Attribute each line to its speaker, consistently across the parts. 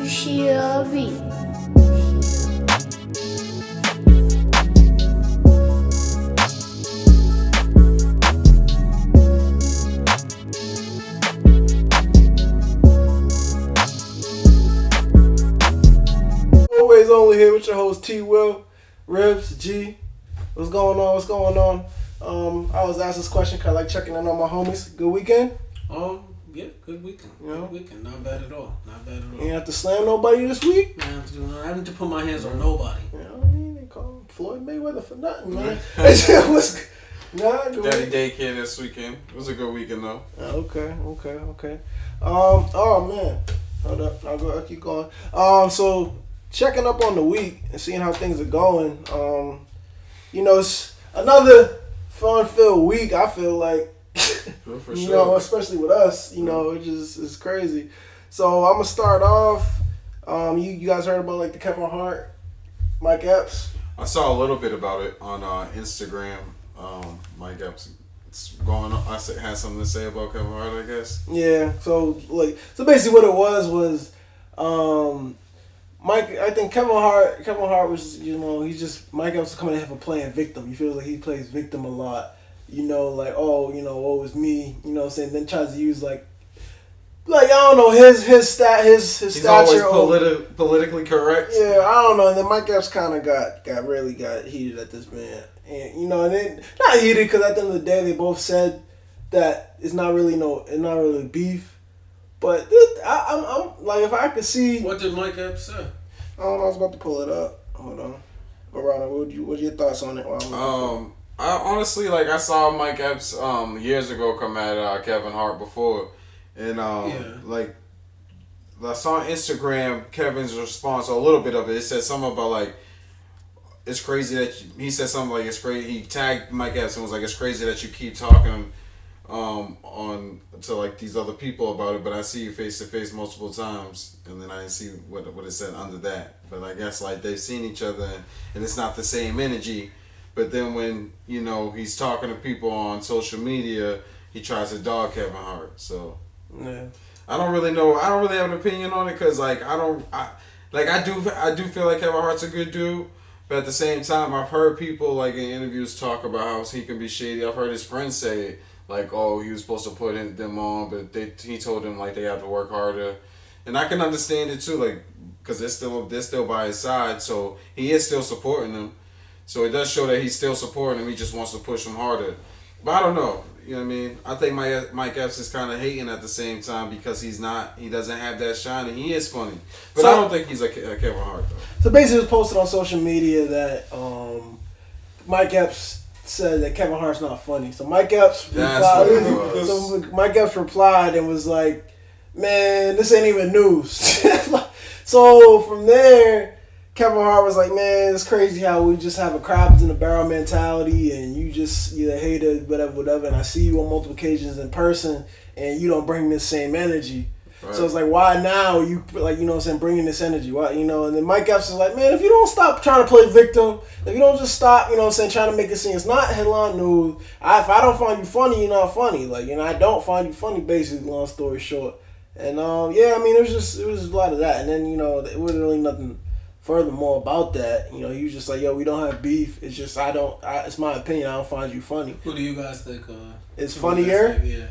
Speaker 1: Pişiyor.
Speaker 2: Always only here with your host T Will, Ribs, G. What's going on? What's going on? Um, I was asked this question kind of like checking in on my homies. Good weekend.
Speaker 3: Um, yeah, good weekend.
Speaker 2: Yeah.
Speaker 3: Good weekend. Not bad at all. Not bad at
Speaker 2: You
Speaker 3: all.
Speaker 2: didn't have to slam nobody this week.
Speaker 3: I have to do I have to put my hands on nobody.
Speaker 2: You know, I mean, they call him Floyd Mayweather for nothing, man. What's, nah, good
Speaker 4: Daddy
Speaker 2: week.
Speaker 4: daycare this weekend. It was a good weekend though.
Speaker 2: Oh, Okay, okay, okay. Um, oh man, hold up. I'll go. I'll keep going. Um, so checking up on the week and seeing how things are going. Um, you know, it's another fun-filled week. I feel like.
Speaker 4: Oh, For, for
Speaker 2: you
Speaker 4: sure.
Speaker 2: know, especially with us, you know, it just is crazy. So I'm gonna start off. Um, you, you guys heard about like the Kevin Hart, Mike Epps.
Speaker 4: I saw a little bit about it on uh, Instagram. Um, Mike Epps it's going. On. I said, had something to say about Kevin Hart, I guess.
Speaker 2: Yeah. So like, so basically, what it was was, um, Mike. I think Kevin Hart. Kevin Hart was, you know, he's just Mike Epps was coming in here for playing victim. You feel like he plays victim a lot. You know, like oh, you know, oh, it's me. You know, what I'm saying then tries to use like. Like I don't know his his stat his his
Speaker 4: He's always
Speaker 2: stature over-
Speaker 4: politi- politically correct.
Speaker 2: Yeah, I don't know. And then Mike Epps kind of got got really got heated at this man, and you know, and then not heated because at the end of the day, they both said that it's not really no, it's not really beef. But this, I, I'm, I'm like, if I could see, I don't
Speaker 3: What did Mike Epps say?
Speaker 2: know, I was about to pull it up. Hold on, but Ronald, what you, what's your thoughts on it? While I'm-
Speaker 4: Um, I honestly like I saw Mike Epps um years ago come at uh, Kevin Hart before, and um
Speaker 3: Yeah.
Speaker 4: like I saw on Instagram Kevin's response a little bit of it. It said something about like it's crazy that you, he said something like it's crazy. He tagged Mike Epps and was like it's crazy that you keep talking um on to like these other people about it, but I see you face to face multiple times, and then I didn't see what what it said under that. But I guess like they've seen each other, and it's not the same energy. But then when you know he's talking to people on social media, he tries to dog Kevin Hart. So
Speaker 2: yeah.
Speaker 4: I don't really know. I don't really have an opinion on it because like I don't. I like I do. I do feel like Kevin Hart's a good dude, but at the same time, I've heard people like in interviews talk about how he can be shady. I've heard his friends say it, like, oh, he was supposed to put in, them on, but they he told them like they have to work harder, and I can understand it too, like because they're still they're still by his side, so he is still supporting them. So it does show that he's still supporting him. He just wants to push him harder. But I don't know. You know what I mean? I think Mike, E-, Mike Epps is kind of hating at the same time because he's not. He doesn't have that shine, and he is funny. But
Speaker 2: So-
Speaker 4: I don't think he's a, Ke- a Kevin Hart though.
Speaker 2: So basically, it was posted on social media that um, Mike Epps said that Kevin Hart's not funny. So Mike Epps
Speaker 4: That's
Speaker 2: replied.
Speaker 4: what it was.
Speaker 2: so Mike Epps replied and was like, "Man, this ain't even news." so from there, Kevin Hart was like, "Man, it's crazy how we just have a crabs in a barrel mentality, and you just you're a hater, whatever, whatever." And I see you on multiple occasions in person, and you don't bring this same energy.
Speaker 4: Right.
Speaker 2: So it's like, why now? You like, you know, what I'm saying, bringing this energy, why, you know? And then Mike Epps is like, man, if you don't stop trying to play victim, if you don't just stop, you know, what I'm saying, trying to make it seem it's not headline news. I, if I don't find you funny, you're not funny. Like, you know, I don't find you funny. Basically, long story short. And um, yeah, I mean, it was just it was just a lot of that. And then you know, it wasn't really nothing furthermore about that. You know, he was just like, yo, we don't have beef. It's just I don't. I, it's my opinion. I don't find you funny.
Speaker 3: Who do you guys think? Uh,
Speaker 2: It's
Speaker 3: who do you
Speaker 2: funnier?
Speaker 3: guys think- Yeah.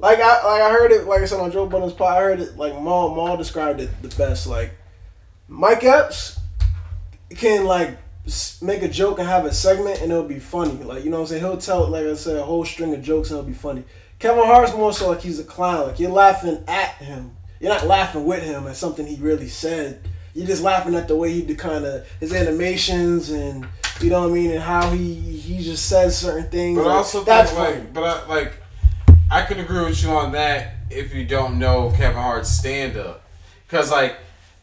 Speaker 2: Like I like I heard it like I said on Joe Budden's pod. I heard it like Maul Maul described it the best. Like Mike Epps can like s- make a joke and have a segment and it'll be funny. Like you know what I'm saying. He'll tell like I said a whole string of jokes and it'll be funny. Kevin Hart's more so like he's a clown. Like you're laughing at him. You're not laughing with him at something he really said. You're just laughing at the way he kind of his animations and you know what I mean and how he he just says certain things.
Speaker 4: But I
Speaker 2: Like,
Speaker 4: also
Speaker 2: that's
Speaker 4: think like,
Speaker 2: funny.
Speaker 4: but I like, I can agree with you on that if you don't know Kevin Hart's stand up, because like.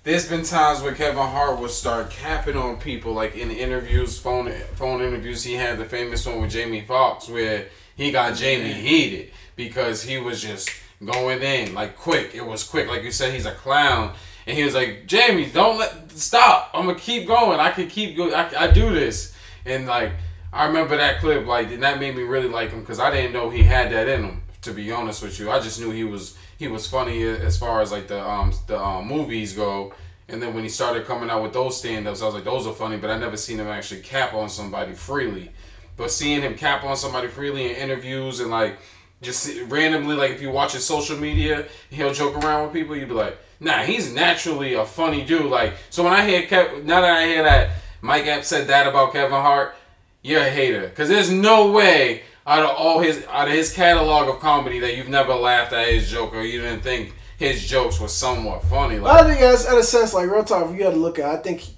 Speaker 4: There's been times where Kevin Hart would start capping on people, like in interviews, phone phone interviews. He had the famous one with Jamie Foxx where he got Jamie heated because he was just going in like quick. It was quick, like you said. He's a clown, and he was like, "Jamie, don't let stop. I'm gonna keep going. I can keep going. I, I do this." And like, I remember that clip, like, and that made me really like him because I didn't know he had that in him. To be honest with you, I just knew he was he was funny as far as like the um the um, movies go. And then when he started coming out with those stand ups, I was like, those are funny, but I never seen him actually cap on somebody freely. But seeing him cap on somebody freely in interviews and like just see- randomly, like if you watch his social media, he'll joke around with people. You'd be like, nah, he's naturally a funny dude. Like, so when I hear Kev, now that I hear that Mike App said that about Kevin Hart, you're a hater. Cause there's no way out of all his out of his catalog of comedy that you've never laughed at his joke or you didn't think his jokes were somewhat funny. Like,
Speaker 2: I think that's in a sense like real talk. If you got to look at, it, I think he-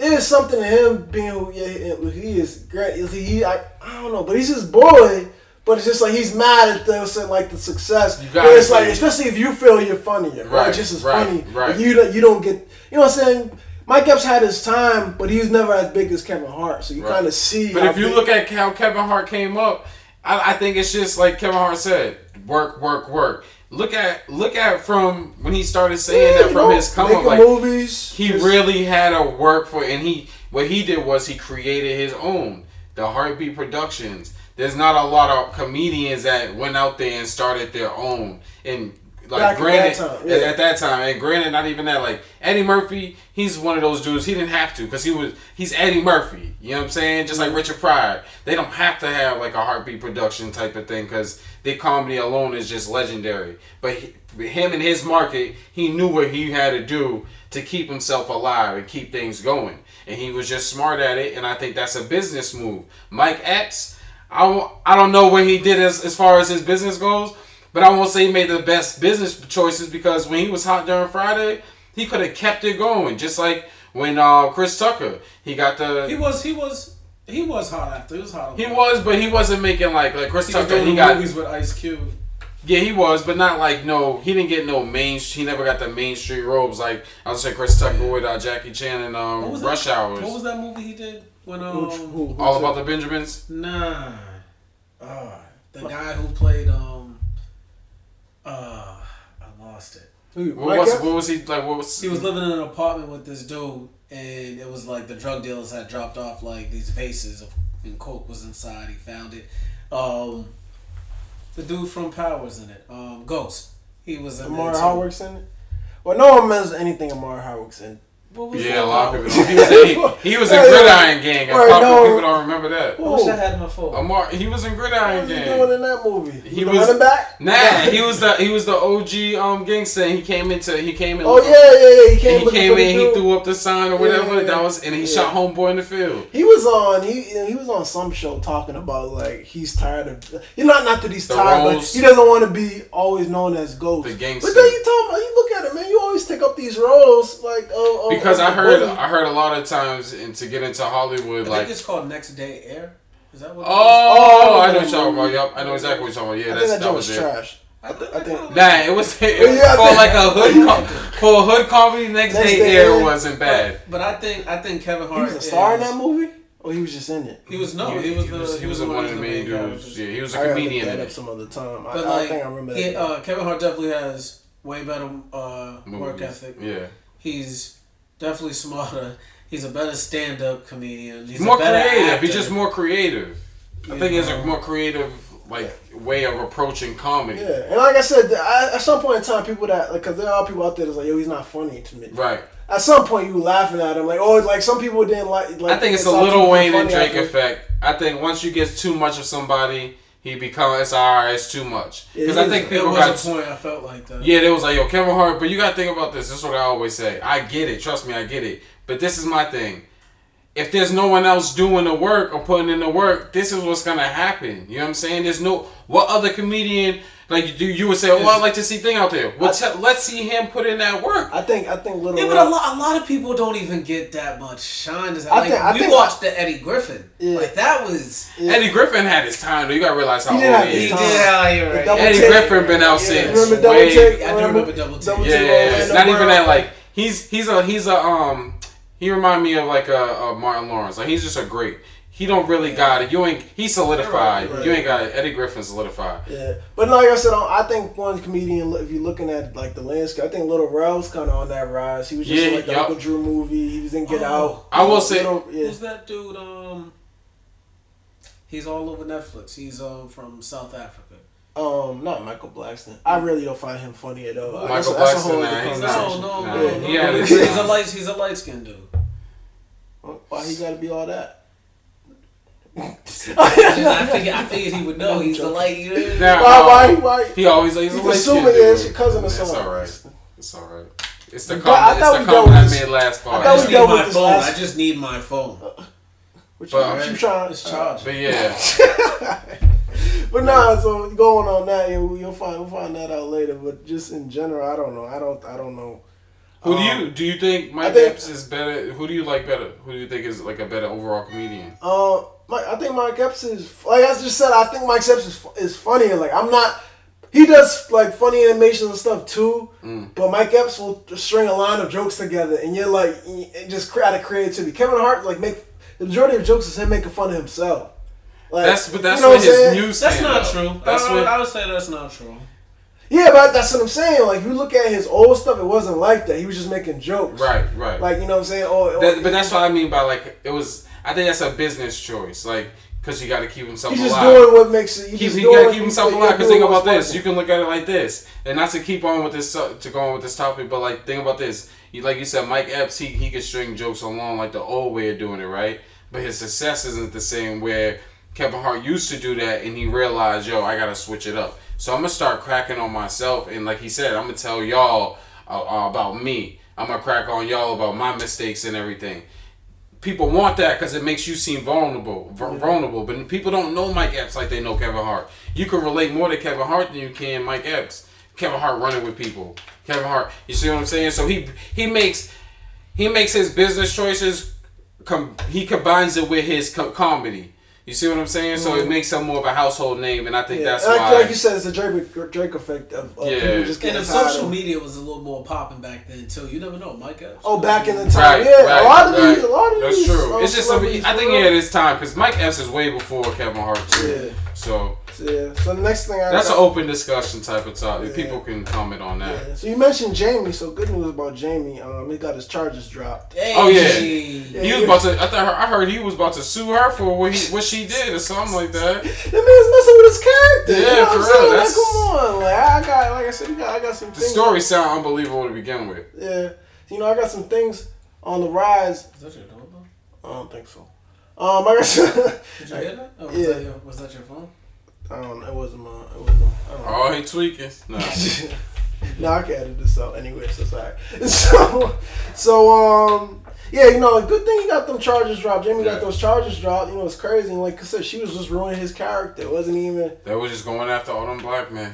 Speaker 2: it is something to him being who yeah, he who he is. Great, is he? he- I, I don't know, but he's his boy. But it's just like he's mad at the so, like the success.
Speaker 4: You
Speaker 2: But
Speaker 4: gotta
Speaker 2: it's like
Speaker 4: say-
Speaker 2: especially if you feel you're funnier, right?
Speaker 4: Right,
Speaker 2: just as
Speaker 4: right,
Speaker 2: funny.
Speaker 4: right.
Speaker 2: You don't you don't get. You know what I'm saying? Mike Epps had his time, but he's never as big as Kevin Hart. So you
Speaker 4: Right.
Speaker 2: kind of see.
Speaker 4: But
Speaker 2: how
Speaker 4: if you
Speaker 2: big-
Speaker 4: look at how Kevin Hart came up, I, I think it's just like Kevin Hart said: work, work, work. Look at look at from when he started saying
Speaker 2: Yeah,
Speaker 4: that
Speaker 2: you
Speaker 4: from
Speaker 2: know,
Speaker 4: his come up,
Speaker 2: making
Speaker 4: like
Speaker 2: movies,
Speaker 4: he
Speaker 2: just-
Speaker 4: really had a work for, and he what he did was he created his own, the Heartbeat Productions. There's not a lot of comedians that went out there and started their own, and
Speaker 2: Back
Speaker 4: like
Speaker 2: at that
Speaker 4: granted
Speaker 2: time,
Speaker 4: at-
Speaker 2: yeah.
Speaker 4: at that time, and granted not even that. Like Eddie Murphy, he's one of those dudes. He didn't have to because he was he's Eddie Murphy. You know what I'm saying? Just like Richard Pryor, they don't have to have like a Heartbeat Production type of thing because their comedy alone is just legendary. But he, him and his market, he knew what he had to do to keep himself alive and keep things going. And he was just smart at it, and I think that's a business move. Mike Epps, I w- I don't know what he did as, as far as his business goes, but I won't say he made the best business choices because when he was hot during Friday, he could have kept it going. Just like when uh, Chris Tucker, he got the
Speaker 3: He was he was he was hot after. He was hot.
Speaker 4: he was, but he wasn't making like like Chris
Speaker 3: He was
Speaker 4: Tucker.
Speaker 3: doing
Speaker 4: He
Speaker 3: the
Speaker 4: got
Speaker 3: movies with Ice Cube.
Speaker 4: yeah, he was, but not like no. He didn't get no main. He never got the main street robes like I was saying Chris Tucker with uh, Jackie Chan and
Speaker 3: What
Speaker 4: um,
Speaker 3: was
Speaker 4: Rush
Speaker 3: that?
Speaker 4: Hours.
Speaker 3: What was that movie he did? When um
Speaker 2: Who- who- who
Speaker 4: All
Speaker 2: took-
Speaker 4: about the Benjamins.
Speaker 3: nah, uh, the guy who played um uh I lost it.
Speaker 2: who,
Speaker 4: What
Speaker 2: Mike
Speaker 4: was
Speaker 2: Epps?
Speaker 4: what was he like? What was
Speaker 3: He was living in an apartment with this dude, and it was like the drug dealers had dropped off like these vases of, and coke was inside. He found it. Um, the dude from Powers in it, um, Ghost. He was in
Speaker 2: Amari
Speaker 3: there too.
Speaker 2: Howard's in it. Well, no one means anything Amari Howard's in.
Speaker 3: What was
Speaker 4: Yeah,
Speaker 3: that?
Speaker 4: a lot
Speaker 3: Oh,
Speaker 4: of people. Don't. He was in, he, he was in
Speaker 2: Yeah, yeah.
Speaker 4: Gridiron Gang. A
Speaker 2: Right,
Speaker 4: lot
Speaker 2: no.
Speaker 4: of people don't remember that.
Speaker 3: I wish I had my phone.
Speaker 4: Amar, he was in
Speaker 2: What
Speaker 4: Gridiron
Speaker 2: was he
Speaker 4: Gang.
Speaker 2: doing in that movie?
Speaker 4: He
Speaker 2: the
Speaker 4: was-
Speaker 2: running back.
Speaker 4: Nah, he was the he was the OG um gangster. and He came into he came in.
Speaker 2: Oh yeah, yeah, yeah. He came.
Speaker 4: And he came in. He
Speaker 2: threw.
Speaker 4: threw up the sign or
Speaker 2: Yeah,
Speaker 4: whatever.
Speaker 2: yeah, yeah.
Speaker 4: That was and he
Speaker 2: Yeah.
Speaker 4: shot homeboy in the field.
Speaker 2: He was on. He he was on some show talking about like he's tired of. You know, not that he's
Speaker 4: The
Speaker 2: tired,
Speaker 4: roles.
Speaker 2: but he doesn't want to be always known as ghost.
Speaker 4: The gangster.
Speaker 2: But then you talking about you look at it, man. You always take up these roles like oh. oh
Speaker 4: Because
Speaker 2: oh,
Speaker 4: I heard
Speaker 2: bully.
Speaker 4: I heard a lot of times and to get into Hollywood
Speaker 3: I
Speaker 4: like
Speaker 3: think it's called Next Day Air. Is that what?
Speaker 4: oh, I know what you're talking about. Yep, I know exactly what you're talking about. Yeah,
Speaker 2: I think
Speaker 4: that's
Speaker 2: that
Speaker 4: that
Speaker 2: joke
Speaker 4: was
Speaker 2: was
Speaker 4: it.
Speaker 2: trash.
Speaker 3: It was?
Speaker 2: I think-
Speaker 3: kinda like-
Speaker 4: Nah, it was it, was-
Speaker 2: Yeah, I
Speaker 4: for
Speaker 2: think-
Speaker 4: like a hood com- for a hood comedy. Next,
Speaker 2: Next
Speaker 4: day,
Speaker 2: Day
Speaker 4: air
Speaker 2: Air.
Speaker 4: wasn't bad.
Speaker 3: But I think I think Kevin
Speaker 2: He
Speaker 3: Hart
Speaker 2: was a star in
Speaker 3: is-
Speaker 2: that movie, or he was just in it.
Speaker 3: He was no, he, was the he was,
Speaker 4: one of
Speaker 3: the
Speaker 4: the main dudes.
Speaker 3: characters.
Speaker 4: Yeah, he was
Speaker 2: I
Speaker 4: a
Speaker 2: gotta
Speaker 4: comedian.
Speaker 2: look
Speaker 4: in
Speaker 2: that up
Speaker 4: it.
Speaker 2: some other time. I,
Speaker 3: But
Speaker 2: I
Speaker 3: like,
Speaker 2: think I remember
Speaker 3: he-
Speaker 2: that.
Speaker 3: uh, Kevin Hart definitely has way better uh, work
Speaker 4: Movies.
Speaker 3: ethic.
Speaker 4: Yeah,
Speaker 3: He's definitely smarter. He's a better stand-up comedian. He's
Speaker 4: more
Speaker 3: a better
Speaker 4: creative.
Speaker 3: Actor.
Speaker 4: He's just more creative. I
Speaker 3: You
Speaker 4: think it's a
Speaker 3: know.
Speaker 4: more creative like way of approaching comedy.
Speaker 2: Yeah, and like I said, th- I, at some point in time, people that like, cause there are people out there that's like, yo, he's not funny to me.
Speaker 4: Right.
Speaker 2: At some point, you laughing at him, like, oh, like some people didn't like. like
Speaker 4: I think it's a
Speaker 2: saw
Speaker 4: little
Speaker 2: people
Speaker 4: Wayne and
Speaker 2: funny
Speaker 4: Drake
Speaker 2: after-
Speaker 4: effect. I think once you get too much of somebody, he becomes it's all right, it's too much. Because
Speaker 2: It
Speaker 4: I
Speaker 2: is.
Speaker 4: think
Speaker 3: There
Speaker 4: people
Speaker 3: was
Speaker 4: got
Speaker 3: a point I felt like that.
Speaker 4: Yeah, they was like, yo, Kevin Hart, but you gotta think about this. This is what I always say. I get it, trust me, I get it. But this is my thing. If there's no one else doing the work or putting in the work, this is what's gonna happen. You know what I'm saying? There's no what other comedian like you you would say, Oh, I'd like to see thing out there. Well te- let's see him put in that work.
Speaker 2: I think I think little.
Speaker 3: Yeah, but
Speaker 2: Wayne-
Speaker 3: a lot, a lot of people don't even get that much shine. As,
Speaker 2: I
Speaker 3: like,
Speaker 2: think- I
Speaker 3: we
Speaker 2: think-
Speaker 3: watched the Eddie Griffin.
Speaker 2: Yeah.
Speaker 3: Like that was.
Speaker 2: Yeah.
Speaker 4: Eddie Griffin had his time though. You gotta realize how
Speaker 2: He did
Speaker 4: old
Speaker 2: have
Speaker 4: he
Speaker 2: his
Speaker 4: is.
Speaker 2: time.
Speaker 3: you're
Speaker 2: The double
Speaker 4: Eddie
Speaker 2: take.
Speaker 4: Griffin been out since.
Speaker 2: Remember double
Speaker 4: way-
Speaker 2: take?
Speaker 3: I do remember double take.
Speaker 2: double
Speaker 4: Yeah,
Speaker 2: take
Speaker 4: yeah,
Speaker 2: all
Speaker 4: yeah.
Speaker 2: in the
Speaker 4: not even
Speaker 2: world,
Speaker 4: that. Like he's he's a he's a um he remind me of like a, a Martin Lawrence. Like he's just a great. He don't really got it. You ain't. He solidified.
Speaker 2: Right, right.
Speaker 4: You ain't got it. Eddie Griffin solidified.
Speaker 2: Yeah, but like I said, I I think one comedian. If you're looking at like the landscape, I think Little Ralph's kind of on that rise. He was just in,
Speaker 4: Yeah,
Speaker 2: like the
Speaker 4: yup.
Speaker 2: Uncle Drew movie. He was in Get
Speaker 3: Oh,
Speaker 2: Out.
Speaker 4: I will say-
Speaker 2: Little- yeah.
Speaker 3: Who's that dude? Um, he's all over Netflix. He's um from South Africa.
Speaker 2: um, not Michael Blackston. I really don't find him funny at all. That's a-
Speaker 4: Michael
Speaker 2: that's a
Speaker 4: Blackson,
Speaker 2: whole
Speaker 4: nah,
Speaker 2: other
Speaker 4: he's
Speaker 2: conversation.
Speaker 4: not.
Speaker 3: No, no,
Speaker 4: Nah,
Speaker 3: no, no.
Speaker 4: he had
Speaker 3: no.
Speaker 4: his-
Speaker 3: He's a light. He's a light skinned dude.
Speaker 2: Why he got to be all that?
Speaker 3: I figured. I figured he would know. He's a light. You know?
Speaker 4: Now,
Speaker 2: Why? Why?
Speaker 4: um,
Speaker 2: Why?
Speaker 4: He always he's,
Speaker 2: He's
Speaker 4: a light
Speaker 2: assuming
Speaker 4: skin,
Speaker 2: it's
Speaker 4: dude.
Speaker 2: your cousin or
Speaker 4: It's
Speaker 2: something.
Speaker 4: all right. It's all right. It's the
Speaker 2: But
Speaker 4: comment.
Speaker 2: I
Speaker 4: It's
Speaker 2: thought
Speaker 4: the
Speaker 2: we
Speaker 4: comment
Speaker 2: dealt
Speaker 4: I
Speaker 2: with
Speaker 4: made last part.
Speaker 2: thought
Speaker 3: I
Speaker 2: we
Speaker 3: just
Speaker 2: dealt
Speaker 3: need
Speaker 2: with
Speaker 3: my
Speaker 2: this
Speaker 3: phone.
Speaker 2: last-
Speaker 3: I just need my phone.
Speaker 2: What
Speaker 4: But-
Speaker 2: you, what you trying?
Speaker 3: It's charged.
Speaker 4: But yeah,
Speaker 2: uh, But nah, so going on that, yeah, we- you'll find we'll find that out later. But just in general, I don't know. I don't. I don't know.
Speaker 4: who do
Speaker 2: Um,
Speaker 4: you do you think Mike
Speaker 2: think-
Speaker 4: Epps is better? Who do you like better? Who do you think is like a better overall comedian?
Speaker 2: Uh, Mike, I think Mike Epps is like I just said. I think Mike Epps is fu- is funnier. Like I'm not. He does like funny animations and stuff too.
Speaker 4: Mm.
Speaker 2: But Mike Epps will string a line of jokes together, and you're like, and just cre- out of creativity. Kevin Hart like make the majority of jokes is him making fun of himself. Like,
Speaker 4: That's but that's
Speaker 2: you know
Speaker 4: what
Speaker 2: what I'm
Speaker 4: his
Speaker 2: saying?
Speaker 4: new.
Speaker 3: That's not
Speaker 4: stand-up.
Speaker 3: true.
Speaker 4: That's
Speaker 3: I,
Speaker 4: what.
Speaker 3: I would say that's not true.
Speaker 2: Yeah, but that's what I'm saying. Like, if you look at his old stuff, it wasn't like that. He was just making jokes.
Speaker 4: Right. Right.
Speaker 2: Like, you know what I'm saying? Oh, oh,
Speaker 4: That, but that's what I mean by like it was. I think that's a business choice, like because you got to keep himself
Speaker 2: he's just
Speaker 4: alive.
Speaker 2: doing what makes it. He's
Speaker 4: Keep,
Speaker 2: just
Speaker 4: he
Speaker 2: doing
Speaker 4: gotta
Speaker 2: what-
Speaker 4: keep himself
Speaker 2: he's
Speaker 4: alive. Cause
Speaker 2: doing
Speaker 4: think about
Speaker 2: what's
Speaker 4: this.
Speaker 2: funny.
Speaker 4: You can look at it like this, and not to keep on with this uh, to to go on with this topic, but like think about this. You like you said, Mike Epps, he he can string jokes along like the old way of doing it, right? But his success isn't the same. Where Kevin Hart used to do that, and he realized, yo, I gotta switch it up. So I'm gonna start cracking on myself, and like he said, I'm gonna tell y'all uh, uh, about me. I'm gonna crack on y'all about my mistakes and everything people want that because it makes you seem vulnerable, vu- vulnerable. But people don't know Mike Epps like they know Kevin Hart. You can relate more to Kevin Hart than you can Mike Epps. Kevin Hart running with people. Kevin Hart, you see what I'm saying? So he he makes he makes his business choices. Com- he combines it with his co- comedy. You see what I'm saying? So it makes him more of a household name, and I think
Speaker 2: Mm-hmm. Yeah.
Speaker 4: that's
Speaker 2: like,
Speaker 4: why.
Speaker 2: like you said, it's the Drake, Drake effect of, of
Speaker 4: Yeah.
Speaker 2: people just
Speaker 3: And
Speaker 2: getting
Speaker 3: if
Speaker 2: tired
Speaker 3: social
Speaker 2: of-
Speaker 3: media was a little more popping back then too, you never know. Mike Epps.
Speaker 2: Oh, back in the
Speaker 3: time.
Speaker 2: time,
Speaker 4: Right,
Speaker 2: yeah.
Speaker 4: right,
Speaker 2: a lot of
Speaker 4: right.
Speaker 2: these, a lot of
Speaker 4: That's
Speaker 2: these.
Speaker 4: true.
Speaker 2: um,
Speaker 4: it's just something.
Speaker 2: celebrities
Speaker 4: I think
Speaker 2: were-
Speaker 4: yeah, it is time because Mike Epps is way before Kevin Hart too.
Speaker 2: Yeah.
Speaker 4: So
Speaker 2: Yeah. So the next thing I
Speaker 4: That's an
Speaker 2: got-
Speaker 4: open discussion type of topic.
Speaker 2: Yeah.
Speaker 4: People can comment on that.
Speaker 2: Yeah. So you mentioned Jamie. So good news about Jamie. Um, he got his charges dropped.
Speaker 4: Oh, yeah.
Speaker 3: Hey.
Speaker 4: He
Speaker 2: Yeah.
Speaker 4: was about to. I thought I heard he was about to sue her for what he, what she did or something like
Speaker 2: That
Speaker 4: that.
Speaker 2: man's messing with his character.
Speaker 4: Yeah,
Speaker 2: you know what I'm
Speaker 4: for
Speaker 2: saying?
Speaker 4: real,
Speaker 2: Like,
Speaker 4: that's-
Speaker 2: come on. Like I got, like I said, you got, I got some.
Speaker 4: The
Speaker 2: things-
Speaker 4: story sound unbelievable to begin with.
Speaker 2: Yeah. You know, I got some things on the rise.
Speaker 3: Is that your doorbell?
Speaker 2: I don't think so. Um, I got some.
Speaker 3: Did you hear that? Oh, was,
Speaker 2: Yeah.
Speaker 3: that your, was that your phone?
Speaker 2: I don't. know, It wasn't my. It wasn't. I don't know.
Speaker 4: Oh, he tweaking. No.
Speaker 2: no, I can edit this out anyway, so sorry. So, so um, yeah, you know, good thing you got them charges dropped. Jamie
Speaker 4: Yeah.
Speaker 2: got those charges dropped. You know, it's crazy. And like I said, she was just ruining his character. It wasn't even.
Speaker 4: they were just going after all them black men.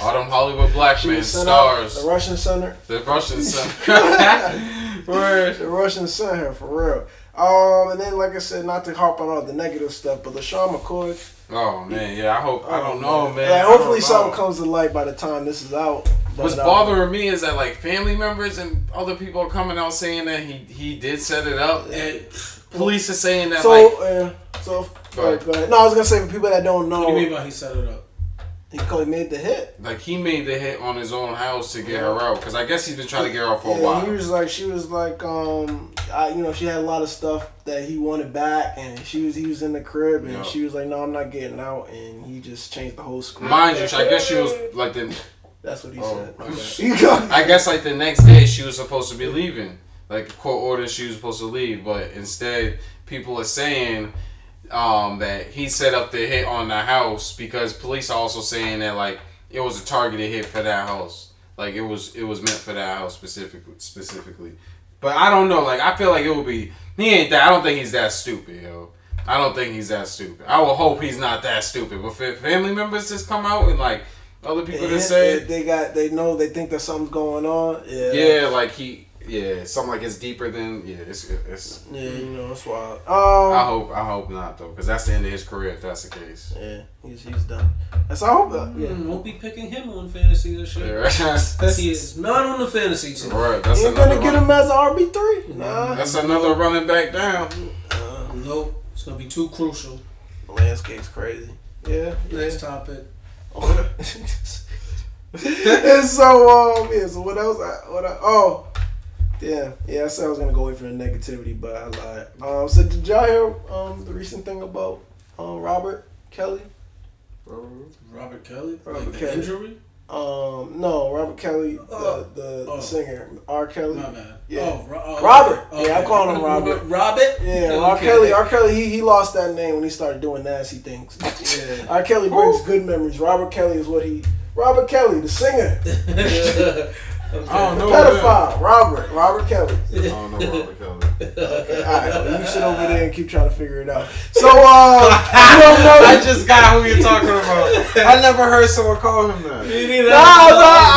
Speaker 4: All them Hollywood black
Speaker 2: She
Speaker 4: men,
Speaker 2: was sent out-
Speaker 4: stars,
Speaker 2: the Russian center.
Speaker 4: the Russian son. Word.
Speaker 2: The Russian sent her for real. Um, and then like I said, not to harp on all the negative stuff, but LaShawn McCoy. um,
Speaker 4: Oh man, yeah. I hope. I don't know, man. I
Speaker 2: Like,
Speaker 4: don't
Speaker 2: hopefully,
Speaker 4: know.
Speaker 2: something comes to light by the time this is out. But,
Speaker 4: What's
Speaker 2: uh,
Speaker 4: bothering me is that like family members and other people are coming out saying that he he did set it up, and police are saying that
Speaker 2: So,
Speaker 4: like
Speaker 2: uh, so
Speaker 4: Go ahead.
Speaker 2: go ahead. no, I was gonna say for people that don't know,
Speaker 3: What do you mean by he set it up?
Speaker 2: he co- he made the hit.
Speaker 4: like he made the hit on his own house to get her out because I guess he's been trying to get her out for a
Speaker 2: Yeah, He
Speaker 4: while.
Speaker 2: was like, she was like, um, I, you know, she had a lot of stuff that he wanted back, and she was, he was in the crib, and
Speaker 4: Yeah.
Speaker 2: she was like, no, I'm not getting out, and he just changed the whole script.
Speaker 4: Mind you, I guess she was like the
Speaker 2: That's what he
Speaker 4: Oh.
Speaker 2: said. My bad.
Speaker 4: I guess like the next day she was supposed to be leaving. Like court ordered she was supposed to leave, but instead people are saying um, that he set up the hit on the house because police are also saying that like it was a targeted hit for that house. Like it was it was meant for that house specifically specifically. But I don't know, like I feel like it would be he ain't that I don't think he's that stupid, yo. I don't think he's that stupid. I will hope he's not that stupid. But if family members just come out and like other people
Speaker 2: Yeah,
Speaker 4: just say
Speaker 2: yeah, they got, they know, they think that something's going on. Yeah.
Speaker 4: yeah, like he, yeah, something like it's deeper than yeah. It's it's.
Speaker 2: Yeah, you know, it's wild.
Speaker 4: I
Speaker 2: Um,
Speaker 4: hope I hope not though, because that's the end of his career if that's the case.
Speaker 2: yeah, he's, he's done. That's I hope. Uh, yeah.
Speaker 3: Hmm, won't be picking him on fantasy this
Speaker 4: Yeah,
Speaker 3: year.
Speaker 4: right. That's,
Speaker 3: He is not on the fantasy team.
Speaker 4: right, that's
Speaker 2: Ain't
Speaker 4: another.
Speaker 2: gonna get
Speaker 4: Run,
Speaker 2: him as RB three. Nah.
Speaker 4: that's another running back down.
Speaker 2: Uh,
Speaker 3: Nope. It's gonna be too crucial.
Speaker 2: The landscape's crazy. Yeah. yeah.
Speaker 3: Next topic.
Speaker 2: and so um yeah, so what else I, what I, oh yeah, yeah, I said I was gonna go away from the negativity, but I lied. Um so did y'all hear um the recent thing about um Robert Kelly?
Speaker 3: Robert Kelly.
Speaker 2: Robert
Speaker 3: like the
Speaker 2: Kelly.
Speaker 3: injury.
Speaker 2: Um no, Robert Kelly the
Speaker 3: Oh.
Speaker 2: the,
Speaker 3: Oh.
Speaker 2: singer. R. Kelly.
Speaker 3: My bad.
Speaker 2: Yeah.
Speaker 3: Oh, Ro- oh,
Speaker 2: Robert.
Speaker 3: okay.
Speaker 2: Yeah, I call him Robert.
Speaker 3: Robert.
Speaker 2: Yeah,
Speaker 3: Okay.
Speaker 2: R. Kelly. R. Kelly. He, he lost that name when he started doing nasty things.
Speaker 3: Yeah.
Speaker 2: R. Kelly brings good memories. Robert Kelly is what he. Robert Kelly, the singer,
Speaker 3: okay.
Speaker 2: Oh,
Speaker 4: I don't know.
Speaker 2: pedophile. Robert. Robert Kelly.
Speaker 4: I don't know Robert Kelly.
Speaker 2: Okay, all right, well, you sit over there and keep trying to figure it out. So, uh, you don't know.
Speaker 4: I just got who you're talking about. I never heard someone call him that.
Speaker 3: You need
Speaker 2: Nah, nah,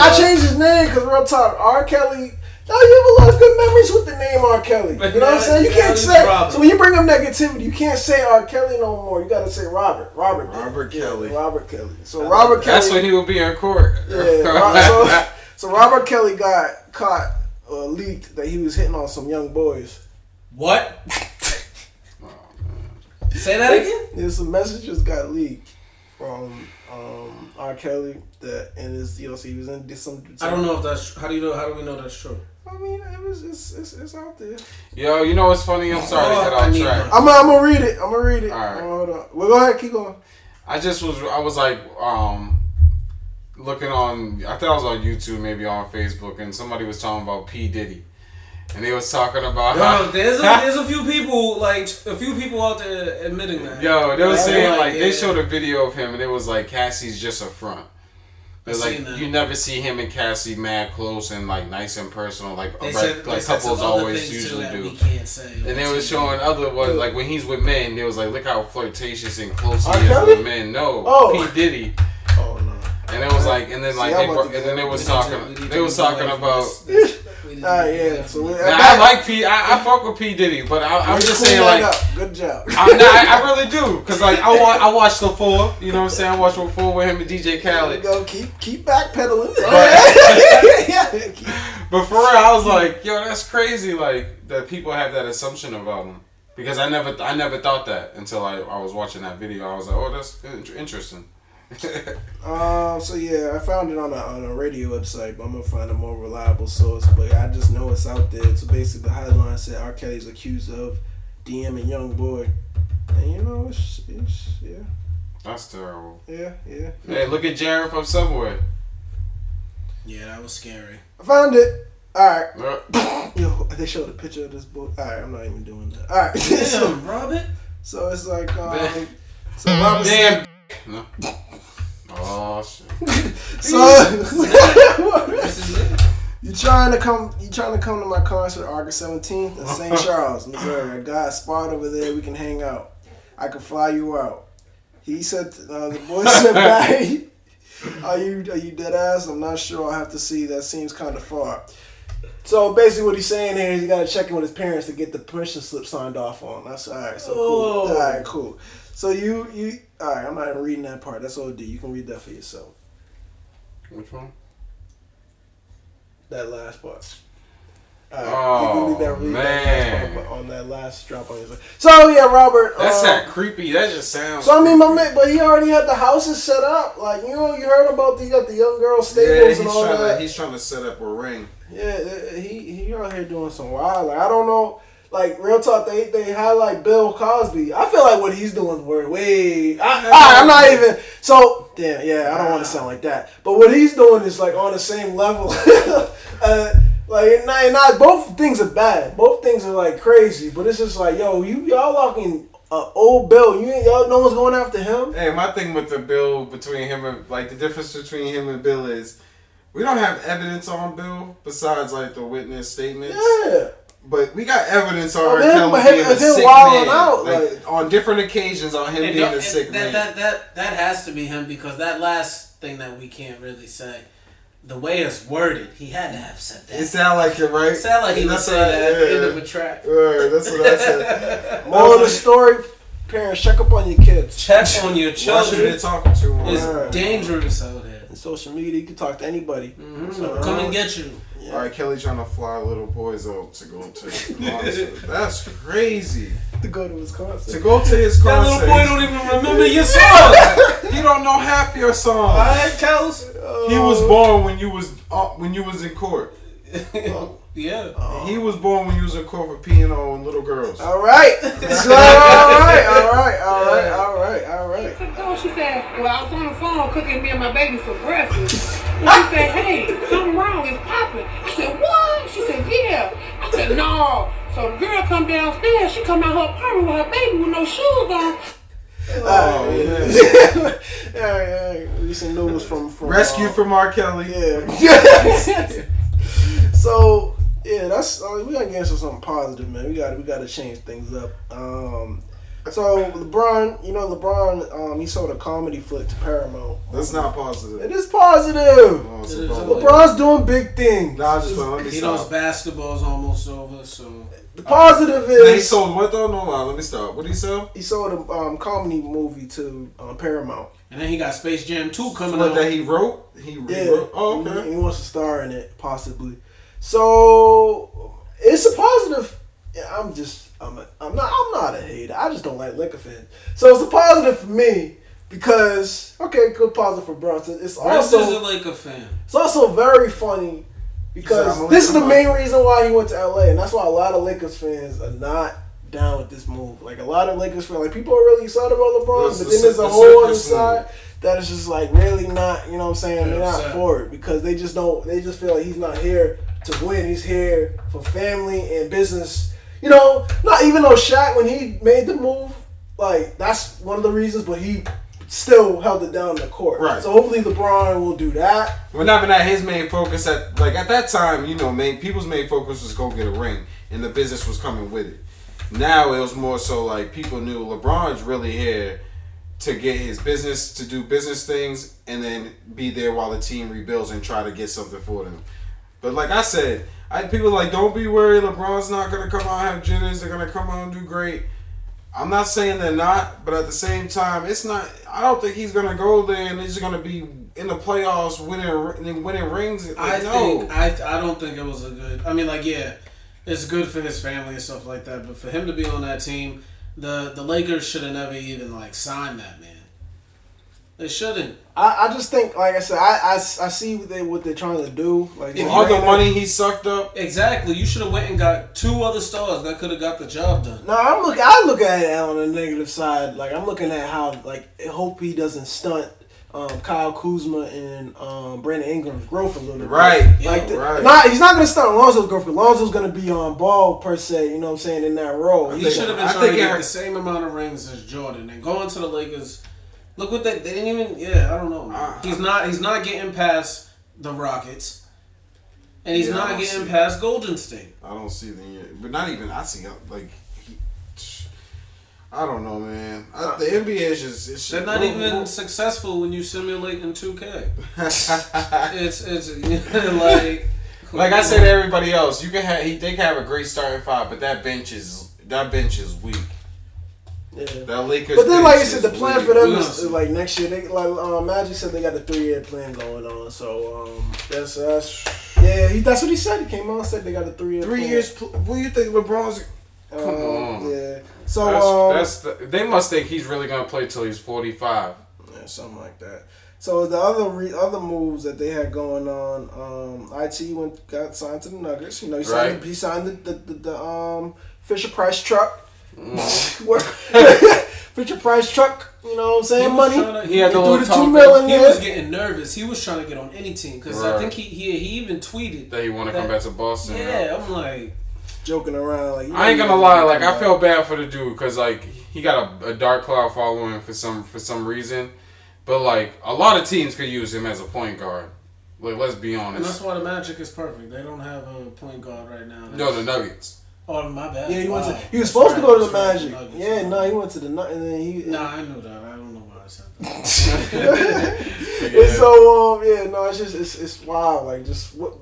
Speaker 2: I changed his name because real talk, R. Kelly. Now you have a lot of good memories with the name R. Kelly.
Speaker 3: But
Speaker 2: you know what
Speaker 3: now-
Speaker 2: I'm saying? You
Speaker 3: now
Speaker 2: can't
Speaker 3: it's
Speaker 2: say
Speaker 3: Robert.
Speaker 2: so when you bring up negativity, you can't say R. Kelly no more. You gotta say Robert. Robert.
Speaker 4: Robert Kelly.
Speaker 2: Robert Kelly. So Robert Kelly.
Speaker 4: That's when he would be in court.
Speaker 2: Yeah, Ro- so, so Robert Kelly got caught uh, leaked that he was hitting on some young boys.
Speaker 3: What? Say that again.
Speaker 2: Yeah, some messages got leaked from um, R. Kelly that and his you know so he was in did some.
Speaker 3: I don't know if that's. How do you know? How do we know that's true?
Speaker 2: I mean, it was it's it's, it's out there.
Speaker 4: Yo, you know what's funny? I'm sorry to get off track.
Speaker 2: I'm gonna, I'm gonna read it. I'm gonna read it.
Speaker 4: All right.
Speaker 2: Hold on. Well, go ahead. Keep going.
Speaker 4: I just was I was like um looking on I thought I was on YouTube maybe on Facebook and somebody was talking about P Diddy and they was talking about
Speaker 3: Yo, there's a, there's a few people like a few people out there admitting that.
Speaker 4: yo they was
Speaker 3: Yeah,
Speaker 4: saying
Speaker 3: like,
Speaker 4: like they
Speaker 3: yeah.
Speaker 4: showed a video of him and it was like Cassie's just a front.
Speaker 3: I
Speaker 4: It's like
Speaker 3: seen that.
Speaker 4: you never see him and Cassie mad close and like nice and personal like
Speaker 3: They
Speaker 4: like,
Speaker 3: said
Speaker 4: like
Speaker 3: they said some
Speaker 4: couples
Speaker 3: other
Speaker 4: always
Speaker 3: things, too,
Speaker 4: usually
Speaker 3: that
Speaker 4: do.
Speaker 3: We can't say.
Speaker 4: And they was showing other ones like when he's with men, they was like, look how flirtatious and close he
Speaker 2: R.
Speaker 4: is
Speaker 2: Kelly?
Speaker 4: with men. No,
Speaker 2: Oh.
Speaker 4: P Diddy.
Speaker 2: Oh no.
Speaker 4: And it was like, and then like
Speaker 2: See, I'm
Speaker 4: they,
Speaker 2: about
Speaker 4: brought,
Speaker 2: to
Speaker 4: and then they
Speaker 2: go.
Speaker 4: was
Speaker 3: We need to-
Speaker 4: talking,
Speaker 3: we need
Speaker 4: they
Speaker 3: to
Speaker 4: was
Speaker 3: move
Speaker 4: talking
Speaker 3: away from
Speaker 4: about.
Speaker 3: this. This- we need to
Speaker 2: Ah
Speaker 3: move away
Speaker 2: yeah.
Speaker 3: from
Speaker 2: So we,
Speaker 3: this.
Speaker 4: Now, I like P. I, I fuck with P Diddy, but I, I'm just saying like,
Speaker 2: good job.
Speaker 4: I'm not, I, I really do, cause like I wa- I watched the four, you know what I'm saying? I watched the four with him and DJ
Speaker 2: There you
Speaker 4: Khaled.
Speaker 2: go. Keep keep backpedaling. yeah. keep-
Speaker 4: But for real, I was like, yo, that's crazy. Like that people have that assumption about him because I never I never thought that until I, I was watching that video. I was like, oh, that's in- interesting.
Speaker 2: Um. So yeah, I found it on a on a radio website, but I'm gonna find a more reliable source. But I just know it's out there. So basically, the headline said R. Kelly's accused of DMing young boy, and you know, it's, it's yeah,
Speaker 4: that's terrible.
Speaker 2: yeah, yeah.
Speaker 4: Hey, look at Jared from Subway.
Speaker 3: Yeah, that was scary.
Speaker 2: I found it. All right.
Speaker 4: Uh,
Speaker 2: Yo, they showed a picture of this book. All right, I'm not even doing that. All right. so,
Speaker 3: Damn, Robert.
Speaker 2: so it's like um,
Speaker 4: Man.
Speaker 2: so Robert.
Speaker 4: Damn. No. Oh shit.
Speaker 2: So
Speaker 3: This is it.
Speaker 2: you trying to come? You trying to come to my concert August 17th in St. Charles, Missouri? I got a spot over there. We can hang out. I can fly you out. He said uh, the boy said, "Hey, are you are you dead ass? I'm not sure. I have to see. That seems kind of far." So basically, what he's saying here is he got to check in with his parents to get the permission slip signed off on. That's all right. So cool.
Speaker 3: Oh.
Speaker 2: All right, cool. So you you all right? I'm not even reading that part. That's OD. You can read that for yourself.
Speaker 4: Which one?
Speaker 2: That last part. All
Speaker 4: Oh,
Speaker 2: you can read that, read that last
Speaker 4: man.
Speaker 2: part but on that last drop on his. So yeah, Robert.
Speaker 4: That's
Speaker 2: um,
Speaker 4: that creepy. That just sounds.
Speaker 2: So I mean, my
Speaker 4: creepy.
Speaker 2: man, but he already had the houses set up. Like you know, you heard about the, you got the young girl
Speaker 4: Yeah,
Speaker 2: stables
Speaker 4: he's
Speaker 2: and all
Speaker 4: trying,
Speaker 2: that.
Speaker 4: to, he's trying to set up a ring.
Speaker 2: Yeah, uh, he he out here doing some wild. Like I don't know. Like real talk, they they highlight Bill Cosby. I feel like what he's doing is way. way I, I, I'm not even. So damn, yeah, I don't want to sound like that. But what he's doing is like on the same level. uh, like and not, and not both things are bad. Both things are like crazy. But it's just like yo, you y'all locking uh, old Bill. You ain't y'all. No one's going after him.
Speaker 4: Hey, my thing with the bill between him and like the difference between him and Bill is we don't have evidence on Bill besides like the witness statements.
Speaker 2: Yeah.
Speaker 4: But we got evidence on
Speaker 2: Of
Speaker 4: R.
Speaker 2: him-
Speaker 4: Kelly
Speaker 2: of him-
Speaker 4: being a
Speaker 2: of him
Speaker 4: sick
Speaker 2: wilding
Speaker 4: man.
Speaker 2: out,
Speaker 4: like,
Speaker 2: like-
Speaker 4: on different occasions on him
Speaker 3: And
Speaker 4: being
Speaker 3: no-
Speaker 4: a
Speaker 3: and
Speaker 4: sick
Speaker 3: that,
Speaker 4: man.
Speaker 3: that that that has to be him because that last thing that we can't really say, the way it's worded, he had to have said that.
Speaker 4: it sound like it, right?
Speaker 3: it sounded like he was
Speaker 4: That's
Speaker 3: saying
Speaker 4: what-
Speaker 3: that at the end of
Speaker 4: yeah.
Speaker 3: a track.
Speaker 4: Right, that's what I said.
Speaker 2: Moral of the story: Parents, check up on your kids.
Speaker 3: Check on your
Speaker 4: Why should
Speaker 3: children.
Speaker 4: they talk to him?
Speaker 3: It's
Speaker 2: Yeah.
Speaker 3: dangerous out there.
Speaker 4: Mm-hmm.
Speaker 2: and social media. You can talk to anybody. uh,
Speaker 3: Come and get you.
Speaker 2: Yeah.
Speaker 4: R. Kelly trying to fly little boys out to go to his concert. That's crazy.
Speaker 2: to go to Wisconsin.
Speaker 4: To go to his
Speaker 3: That little
Speaker 4: concert.
Speaker 3: boy don't even remember your song.
Speaker 4: he don't know half your songs.
Speaker 3: Alright, Kels.
Speaker 4: He was
Speaker 2: Oh.
Speaker 4: born when you was uh, when you was in court.
Speaker 3: yeah.
Speaker 4: He was born when you was in court for piano and little girls. Oh,
Speaker 2: All right. So, all right. All right. All right. All right. All right.
Speaker 1: She called, she said, Well, I was on the phone cooking me and my baby some breakfast. And she said, Hey, something wrong, it's popping. I said, What? She said, Yeah. I said, No. So the girl come downstairs, she come out her apartment with her baby with no shoes on.
Speaker 4: Oh, man.
Speaker 2: All right. All right. We some news from from
Speaker 4: Rescue
Speaker 2: uh,
Speaker 4: from R. Kelly.
Speaker 2: Yeah. so yeah, that's uh, we gotta get into something positive, man. We gotta we gotta change things up. Um, so LeBron, you know LeBron, um, he sold a comedy flick to Paramount.
Speaker 4: That's not
Speaker 2: It
Speaker 4: positive.
Speaker 2: is positive.
Speaker 4: Oh, it's
Speaker 3: It is
Speaker 4: a problem.
Speaker 2: LeBron's doing big things.
Speaker 4: Nah, just let me
Speaker 3: You know, his
Speaker 4: stop.
Speaker 3: basketball's almost over, so.
Speaker 2: The positive
Speaker 4: Nah, he
Speaker 2: is
Speaker 4: sold what though? No lie. Let me stop. What did he sell?
Speaker 2: he sold a um, comedy movie to um, Paramount.
Speaker 3: And then he got Space Jam 2 coming
Speaker 4: What that
Speaker 3: out.
Speaker 4: he wrote? Oh, He
Speaker 2: Yeah.
Speaker 4: rewrote. Oh,
Speaker 3: Mm-hmm.
Speaker 2: And
Speaker 4: okay.
Speaker 2: He wants to star in it, possibly. So it's a positive. yeah, I'm just I'm a, I'm not I'm not a hater. I just don't like liquor fans. So it's a positive for me because okay, good positive for Bronson. It's
Speaker 3: Russ is a
Speaker 2: also
Speaker 3: Laker fan.
Speaker 2: it's also very funny
Speaker 4: He's like,
Speaker 2: because
Speaker 4: I'm
Speaker 2: this is the
Speaker 4: a-
Speaker 2: main reason why he went to LA, and that's why a lot of Lakers fans are not down with this move. Like a lot of Lakers fans, like people are really excited about LeBron,
Speaker 4: It's
Speaker 2: but
Speaker 4: the
Speaker 2: then there's
Speaker 4: cir-
Speaker 2: a
Speaker 4: the
Speaker 2: whole other
Speaker 4: circus move.
Speaker 2: side that is just like really not. You know what I'm saying? They're not
Speaker 3: upset.
Speaker 2: for it because they just don't. They just feel like he's not here to win. He's here for family and business. You know, not even though Shaq when he made the move, like that's one of the reasons, but he. Still held it down in the court,
Speaker 4: Right.
Speaker 2: So hopefully LeBron will do that.
Speaker 4: Well, not but not his main focus at like at that time. You know, main people's main focus was go get a ring, and the business was coming with it. Now it was more so like people knew LeBron's really here to get his business to do business things, and then be there while the team rebuilds and try to get something for them. But like I said, I people like don't be worried. LeBron's not gonna come out and have jitters. They're gonna come out and do great. I'm not saying they're not, but at the same time, it's not. I don't think he's gonna go there and he's gonna be in the playoffs winning and winning rings.
Speaker 3: I
Speaker 4: Like, no.
Speaker 3: think I I don't think it was a good. I mean, like yeah, it's good for his family and stuff like that. But for him to be on that team, the the Lakers should have never even like signed that man. They shouldn't.
Speaker 2: I, I just think, like I said, I, I, I see what they what they're trying to do. Like
Speaker 3: If
Speaker 4: For
Speaker 3: you
Speaker 4: all the
Speaker 2: Right.
Speaker 4: money he sucked up,
Speaker 3: Exactly. You should have went and got two other stars that could have got the job done.
Speaker 2: No, I'm look. I look at it on the negative side. Like I'm looking at how like I hope he doesn't stunt um, Kyle Kuzma and um, Brandon Ingram's growth a little bit.
Speaker 4: right?
Speaker 2: Like the,
Speaker 4: right.
Speaker 2: not, he's not gonna stunt Lonzo's growth. Because Lonzo's gonna be on ball per se. You know what I'm saying in that role.
Speaker 3: He
Speaker 4: think-
Speaker 3: should have been
Speaker 4: I
Speaker 3: trying to
Speaker 4: think it
Speaker 3: get
Speaker 4: hurt-
Speaker 3: the same amount of rings as Jordan and going to the Lakers. Look what they they didn't even. Yeah, I don't know. Man. He's not he's not getting past the Rockets, and he's
Speaker 4: Yeah, I
Speaker 3: not
Speaker 4: don't
Speaker 3: getting
Speaker 4: see-
Speaker 3: past Golden State.
Speaker 4: I don't see the, but not even I see like. He, I don't know, man. I, the NBA is just it's
Speaker 3: They're not even successful when you simulate in 2K. It's it's like
Speaker 4: Like I said to everybody else, you can have he, they can have a great starting five, but that bench is that bench is weak.
Speaker 2: Yeah.
Speaker 4: That Lakers.
Speaker 2: But then, like
Speaker 4: bench
Speaker 2: you said, the
Speaker 4: is
Speaker 2: plan
Speaker 4: weak.
Speaker 2: for them
Speaker 3: We
Speaker 2: is
Speaker 3: don't
Speaker 2: is,
Speaker 3: see.
Speaker 2: like next year. They like um, Magic said they got the three year plan going on. So um, that's that's yeah. He, that's what he said. He came on and said they got a three year
Speaker 4: Three years. pl- What do you think LeBron's?
Speaker 2: Um,
Speaker 5: on.
Speaker 2: Yeah. So
Speaker 5: That's,
Speaker 2: um,
Speaker 5: that's the, they must think he's really gonna play till he's forty five.
Speaker 2: yeah, something like that. So the other re- other moves that they had going on, um, it went got signed to the Nuggets. You know, he signed
Speaker 5: Right.
Speaker 2: he signed the the, the, the um Fisher Price truck.
Speaker 5: Mm.
Speaker 2: Work- Fisher Price truck. You know what I'm saying? Money.
Speaker 3: He, had
Speaker 5: the
Speaker 2: They threw
Speaker 5: little
Speaker 2: the two
Speaker 5: talk-
Speaker 2: mil in
Speaker 3: he was
Speaker 2: there.
Speaker 3: getting nervous. He was trying to get on any team because I
Speaker 5: Right.
Speaker 3: think he, he he even tweeted.
Speaker 5: That he want to come
Speaker 3: That-
Speaker 5: back to Boston.
Speaker 3: Yeah, I'm like
Speaker 2: Joking around like you
Speaker 5: I ain't
Speaker 2: know,
Speaker 5: gonna
Speaker 2: you-
Speaker 5: lie, like I felt bad for the dude because like he got a, a dark cloud following for some for some reason, but like a lot of teams could use him as a point guard. Like let's be
Speaker 3: and that's
Speaker 5: honest.
Speaker 3: why the Magic is perfect. They don't have a point guard right now.
Speaker 5: No, the Nuggets.
Speaker 3: Oh, my bad.
Speaker 2: Yeah, he went to.
Speaker 3: Wow.
Speaker 2: He was supposed to
Speaker 3: That's
Speaker 2: go to the
Speaker 3: right,
Speaker 2: Magic.
Speaker 3: that's right,
Speaker 2: Yeah,
Speaker 3: Nuggets.
Speaker 2: no, he went to the Nug- and then he.
Speaker 3: Nah, I knew that. I don't know why I said that.
Speaker 2: And so um yeah no it's just it's, it's wild like just what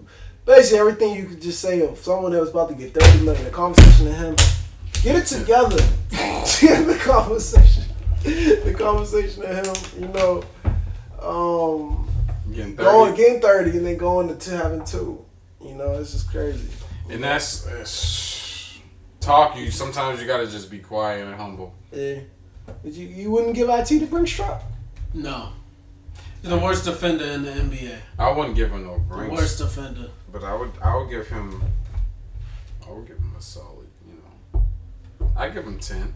Speaker 2: basically everything you could just say of someone that was about to get thirty million the conversation to him get it together the conversation the conversation to him you know um
Speaker 5: Getting
Speaker 2: going
Speaker 5: thirty.
Speaker 2: getting thirty and then going to having two You know, it's just crazy.
Speaker 5: And that's, that's talk. You sometimes you gotta just be quiet and humble.
Speaker 2: Yeah. But you, you wouldn't give IT to Brinks truck?
Speaker 3: No. He's the worst defender in the NBA.
Speaker 5: I wouldn't give him no
Speaker 3: The
Speaker 5: breaks,
Speaker 3: worst defender.
Speaker 5: but I would. I would give him. I would give him a solid. You know, I give him ten.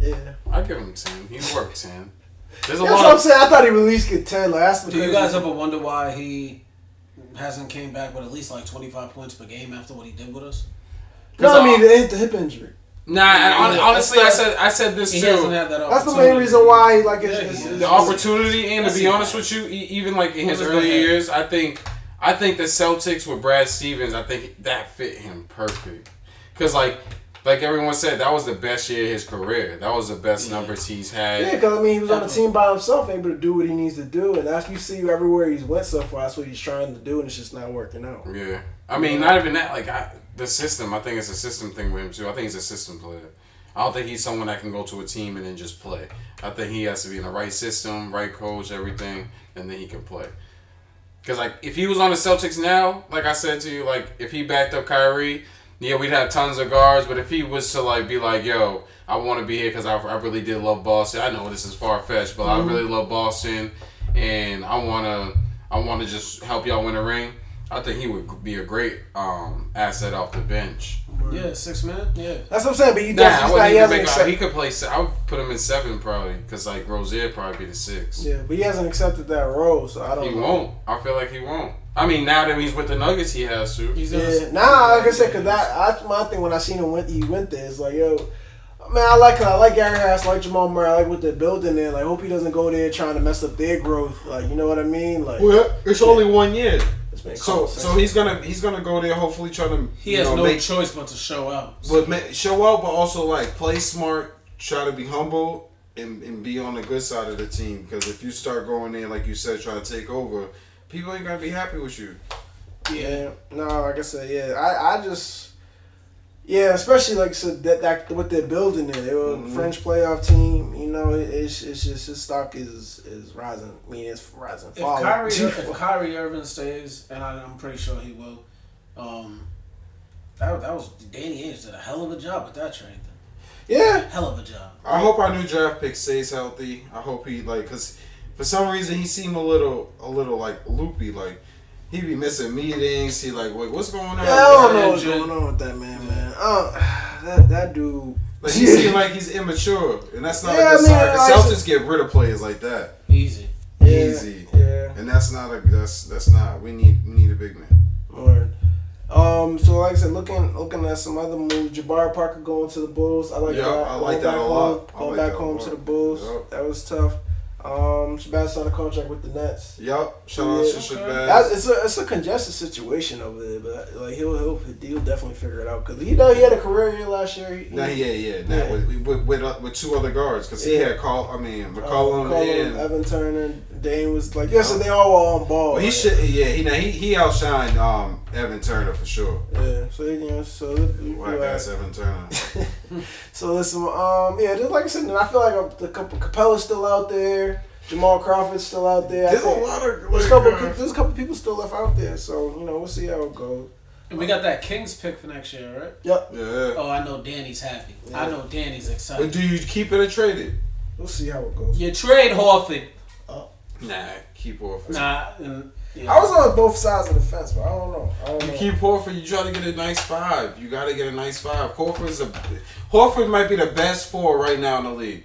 Speaker 2: Yeah.
Speaker 5: I give him ten. He worked ten. There's a
Speaker 2: That's what
Speaker 5: lot.
Speaker 2: I'm
Speaker 5: Of,
Speaker 2: saying. I thought he released get 10. Like, that's the
Speaker 3: Do you
Speaker 2: crazy-
Speaker 3: guys ever wonder why he hasn't came back with at least like 25 points per game after what he did with us?
Speaker 2: No, I mean,
Speaker 5: Cause
Speaker 2: they hit the hip injury.
Speaker 5: nah. and hon- honestly, I said I said this
Speaker 3: He
Speaker 5: too.
Speaker 3: hasn't had that
Speaker 2: That's the main
Speaker 3: opportunity.
Speaker 2: reason why, like, it's,
Speaker 3: Yeah,
Speaker 2: it's,
Speaker 3: he
Speaker 2: it's,
Speaker 3: is.
Speaker 5: the opportunity and to
Speaker 3: I
Speaker 5: be
Speaker 3: see
Speaker 5: honest
Speaker 3: that.
Speaker 5: with you, e- even like in his
Speaker 3: was
Speaker 5: early
Speaker 3: gonna-
Speaker 5: years, I think I think the Celtics with Brad Stevens, I think that fit him perfect. Cause like like everyone said, that was the best year of his career. That was the best numbers he's had.
Speaker 2: Yeah, because I mean, he was on the team by himself, able to do what he needs to do, and that's you see everywhere he's went so far. That's what he's trying to do, and it's just not working out.
Speaker 5: Yeah. I mean, not even that. Like, I, the system, I think it's a system thing with him, too. I think he's a system player. I don't think he's someone that can go to a team and then just play. I think he has to be in the right system, right coach, everything, and then he can play. Because, like, if he was on the Celtics now, like I said to you, like, if he backed up Kyrie, yeah, we'd have tons of guards. But if he was to, like, be like, yo, I want to be here because I, I really did love Boston. I know this is far fetched, but
Speaker 2: Mm-hmm.
Speaker 5: I really love Boston, and I want to. I want to just help y'all win a ring. I think he would be a great um, asset off the bench.
Speaker 3: Yeah, six man. Yeah.
Speaker 2: That's what I'm saying. But he
Speaker 5: Nah,
Speaker 2: does.
Speaker 5: I
Speaker 2: he's
Speaker 5: wouldn't
Speaker 2: not, he
Speaker 5: even
Speaker 2: hasn't
Speaker 5: make. a- He
Speaker 2: accepted.
Speaker 5: could play. se- I would put him in seven probably because like Rozier probably be the six.
Speaker 2: Yeah, but he hasn't accepted that role, so I don't.
Speaker 5: He
Speaker 2: know.
Speaker 5: won't. I feel like he won't. I mean, now that he's with the Nuggets, he has to.
Speaker 3: He's gonna-
Speaker 2: Yeah, nah, like I said, cause that that's my thing. When I seen him went, he went there. It's like, yo, man, I like, I like Gary Harris, I like Jamal Murray, I like what they're building there. Like, hope he doesn't go there trying to mess up their growth. Like, you know what I mean? Like,
Speaker 4: Well, it's only one year.
Speaker 2: it's been
Speaker 4: So
Speaker 2: cold since-
Speaker 4: so he's gonna he's gonna go there hopefully trying to
Speaker 3: He
Speaker 4: you
Speaker 3: has
Speaker 4: know,
Speaker 3: no
Speaker 4: make
Speaker 3: choice but to show out.
Speaker 4: But ma- show out, but also like play smart, try to be humble, and, and be on the good side of the team. Because if you start going in, like you said, trying to take over, people ain't gonna be happy with you.
Speaker 2: Yeah. No, like I said, yeah. I, I just yeah, especially like so that that what they're building there. They were a French playoff team. You know, it, it's it's just his stock is is rising. I mean, it's rising.
Speaker 3: If
Speaker 2: falling.
Speaker 3: Kyrie, if Kyrie Irving stays, and I, I'm pretty sure he will, um, that, that was Danny Ainge did a hell of a job with that trade.
Speaker 2: yeah,
Speaker 3: Hell of a job.
Speaker 4: I hope our new draft pick stays healthy. I hope he like because for some reason he seemed a little a little like loopy. Like he be missing meetings. He like wait, what's going on?
Speaker 2: I don't know
Speaker 3: Yeah,
Speaker 2: what's
Speaker 3: Jay-
Speaker 2: going on with that man, man. Uh, that that dude.
Speaker 4: Like he seemed like he's immature, and that's not
Speaker 2: Yeah,
Speaker 4: a
Speaker 2: I
Speaker 4: good
Speaker 2: mean,
Speaker 4: sign. 'cause
Speaker 2: like-
Speaker 4: Celtics get rid of players like that
Speaker 3: Easy.
Speaker 2: Yeah,
Speaker 4: easy,
Speaker 2: Yeah.
Speaker 4: and that's not a that's that's not. We need we need a big man.
Speaker 2: Word. Um, so like I said, looking looking at some other moves, Jabari Parker going to the Bulls. I like
Speaker 4: Yeah,
Speaker 2: that.
Speaker 4: I
Speaker 2: Going
Speaker 4: like that
Speaker 2: back
Speaker 4: a
Speaker 2: home-
Speaker 4: lot. I
Speaker 2: Going
Speaker 4: like
Speaker 2: back
Speaker 4: that a
Speaker 2: home
Speaker 4: lot.
Speaker 2: to the Bulls.
Speaker 4: Yup.
Speaker 2: That was tough. Um, Shabazz signed a contract with the Nets.
Speaker 4: Yup. Shout out
Speaker 2: Yeah.
Speaker 4: to
Speaker 3: Okay.
Speaker 4: Shabazz.
Speaker 2: That, it's a it's a congested situation over there, but like he'll he'll he'll definitely figure it out because you know he had a career year last year. He,
Speaker 4: Nah, yeah, yeah, nah,
Speaker 2: Yeah.
Speaker 4: With, with with uh, with two other guards because he
Speaker 2: Yeah.
Speaker 4: had call. I mean,
Speaker 2: uh,
Speaker 4: McCollum and
Speaker 2: Evan Turner, Dane was like, yeah, so they all were on ball.
Speaker 4: well, he
Speaker 2: Like,
Speaker 4: should. Yeah, he now he he outshined um Evan Turner for sure.
Speaker 2: Yeah, so you know, so you
Speaker 4: Whack ass Evan Turner.
Speaker 2: So listen, um, yeah, just like I said, I feel like a, the couple Capella's still out there, Jamal Crawford's still out there. I
Speaker 4: There's a
Speaker 2: think-
Speaker 4: lot of
Speaker 2: there's
Speaker 4: like,
Speaker 2: a couple,
Speaker 4: uh,
Speaker 2: there's a couple people still left out there. So you know, we'll see how it goes.
Speaker 3: And we got that Kings pick for next year, right?
Speaker 4: yeah.
Speaker 3: Oh, I know Danny's happy. I know Danny's
Speaker 4: But
Speaker 3: excited.
Speaker 4: do you keep it or trade it?
Speaker 2: We'll see how it goes.
Speaker 3: You trade Horford.
Speaker 4: Nah, keep Horford.
Speaker 3: Nah. And, yeah.
Speaker 2: I was on both sides of the fence, but I don't know. I don't
Speaker 4: You
Speaker 2: know.
Speaker 4: keep Horford. You try to get a nice five. You got to get a nice five. Horford's a Horford might be the best four right now in the league.